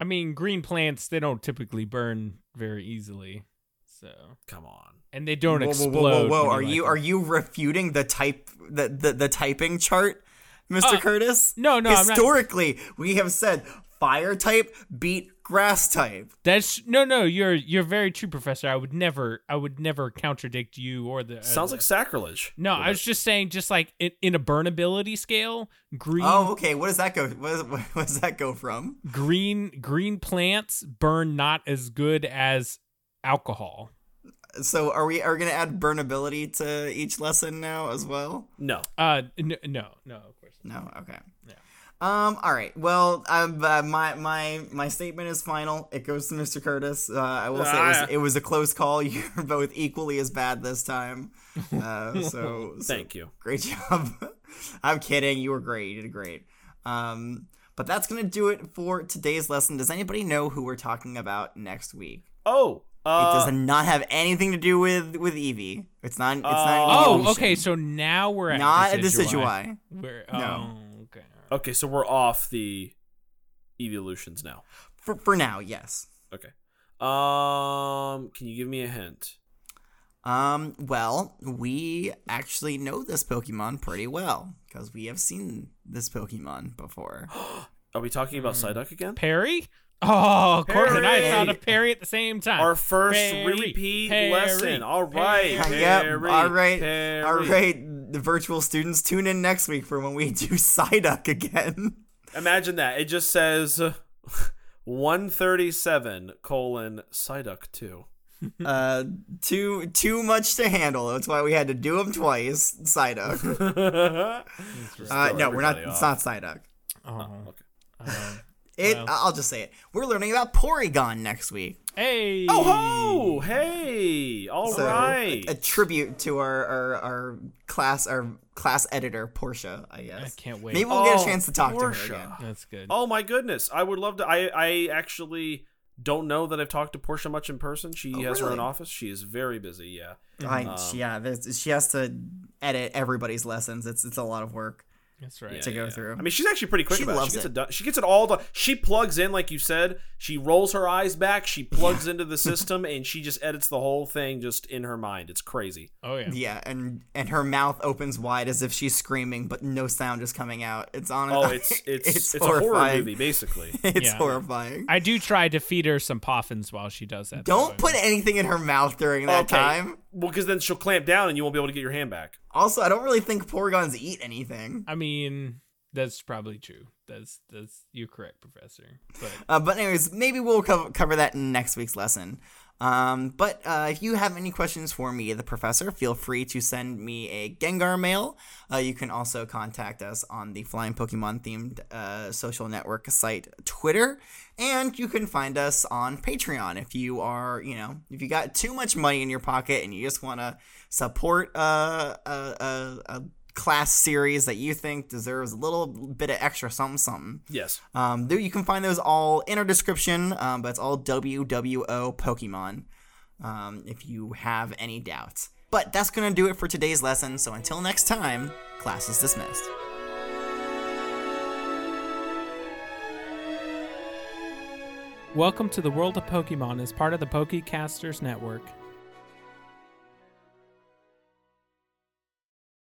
I mean, green plants they don't typically burn very easily, so
Come on.
and they don't
whoa, whoa,
explode.
whoa, whoa, whoa.
when
Are you
light
are
them.
you refuting the type the the, the typing chart, Mr.
Uh,
Curtis?
no, no, I'm not-
Historically, we have said fire type beat grass type.
That's no, no. You're you're very true, Professor. I would never, I would never contradict you or the.
Sounds
uh,
like sacrilege.
No, I was just saying, just like in, in a burnability scale, green,
Oh, okay. What does that go? What, does- what does that go from?
green, green plants burn not as good as alcohol.
So are we are we gonna add burnability to each lesson now as well?
No.
Uh, n- no, no, of course. not.
No. Okay.
Yeah.
Um. All right. Well, um, uh, my my my statement is final. It goes to Mr. Curtis. Uh, I will say it was,
Ah.
it was a close call. You're both equally as bad this time. Uh, so, so
Thank you.
great job. I'm kidding. You were great. You did great. Um. But that's gonna do it for today's lesson. Does anybody know who we're talking about next week?
Oh,
It
uh,
does not have anything to do with with Eevee. It's not. It's not. an
Oh,
evolution.
okay. So now we're at
Not a
decidueye.
decidueye.
We're
No.
oh, okay.
okay, so we're off the evolutions now.
For, for now, yes.
Okay. Um, can you give me a hint?
Um, well, we actually know this Pokemon pretty well because we have seen this Pokemon before.
Are we talking about
Hmm.
Psyduck again?
Perry? Oh, Corbin and I
Perry!
found a Perry at the same time.
Our first
Perry,
repeat
Perry,
lesson. All right.
Perry.
yep.
Perry,
all right.
Perry.
All right. The virtual students tune in next week for when we do Psyduck again.
Imagine that. It just says 137 colon Psyduck 2.
Uh, too too much to handle. That's why we had to do him twice. Psyduck. Uh, no, we're not.
everybody
It's not Psyduck.
Oh,
okay.
um,
It.
Wow.
I'll just say it. We're learning about Porygon next week.
hey.
Oh, ho! Hey! All right.
So, a tribute to our, our our class our class editor Portia, I
I
guess.
can't wait.
Maybe we'll get a
Oh,
chance to talk to
Portia.
her again.
That's good.
Oh my goodness! I would love to. I I actually don't know that I've talked to Portia much in person. She
Oh,
has her own
really?
office. She is very busy. Yeah.
I,
Uh,
yeah, there's- she has to edit everybody's lessons. It's it's a lot of work
That's right.
to go through.
I mean, she's actually pretty quick
Oh. She
about
loves
it. She gets
it.
it. done. She gets it all done. She plugs in, like you said. She rolls her eyes back. She plugs into the system, and she just edits the whole thing just in her mind. It's crazy.
Oh yeah.
yeah, and and her mouth opens wide as if she's screaming, but no sound is coming out. It's on.
Oh, it's it's it's, a horror
horrifying.
movie basically.
It's
Yeah.
horrifying.
I do try to feed her some poffins while she does that.
Don't
though.
put anything in her mouth during that time.
Well, because then she'll clamp down, and you won't be able to get your hand back.
Also, I don't really think Porygons eat anything.
I mean, that's probably true. That's that's you're correct, Professor. But
Uh, but anyways, maybe we'll co- cover that in next week's lesson. Um, but uh, if you have any questions for me, the professor, feel free to send me a Gengar mail. Uh, you can also contact us on the Flying Pokemon themed uh, social network site Twitter, and you can find us on Patreon if you are, you know, if you got too much money in your pocket and you just want to support uh, a, a, a class series that you think deserves a little bit of extra something something.
Yes.
Um, there, you can find those all in our description, um, but it's all WWO Pokemon um, if you have any doubts. But that's going to do it for today's lesson, so until next time, class is dismissed.
welcome to the world of Pokemon as part of the Pokecasters Network.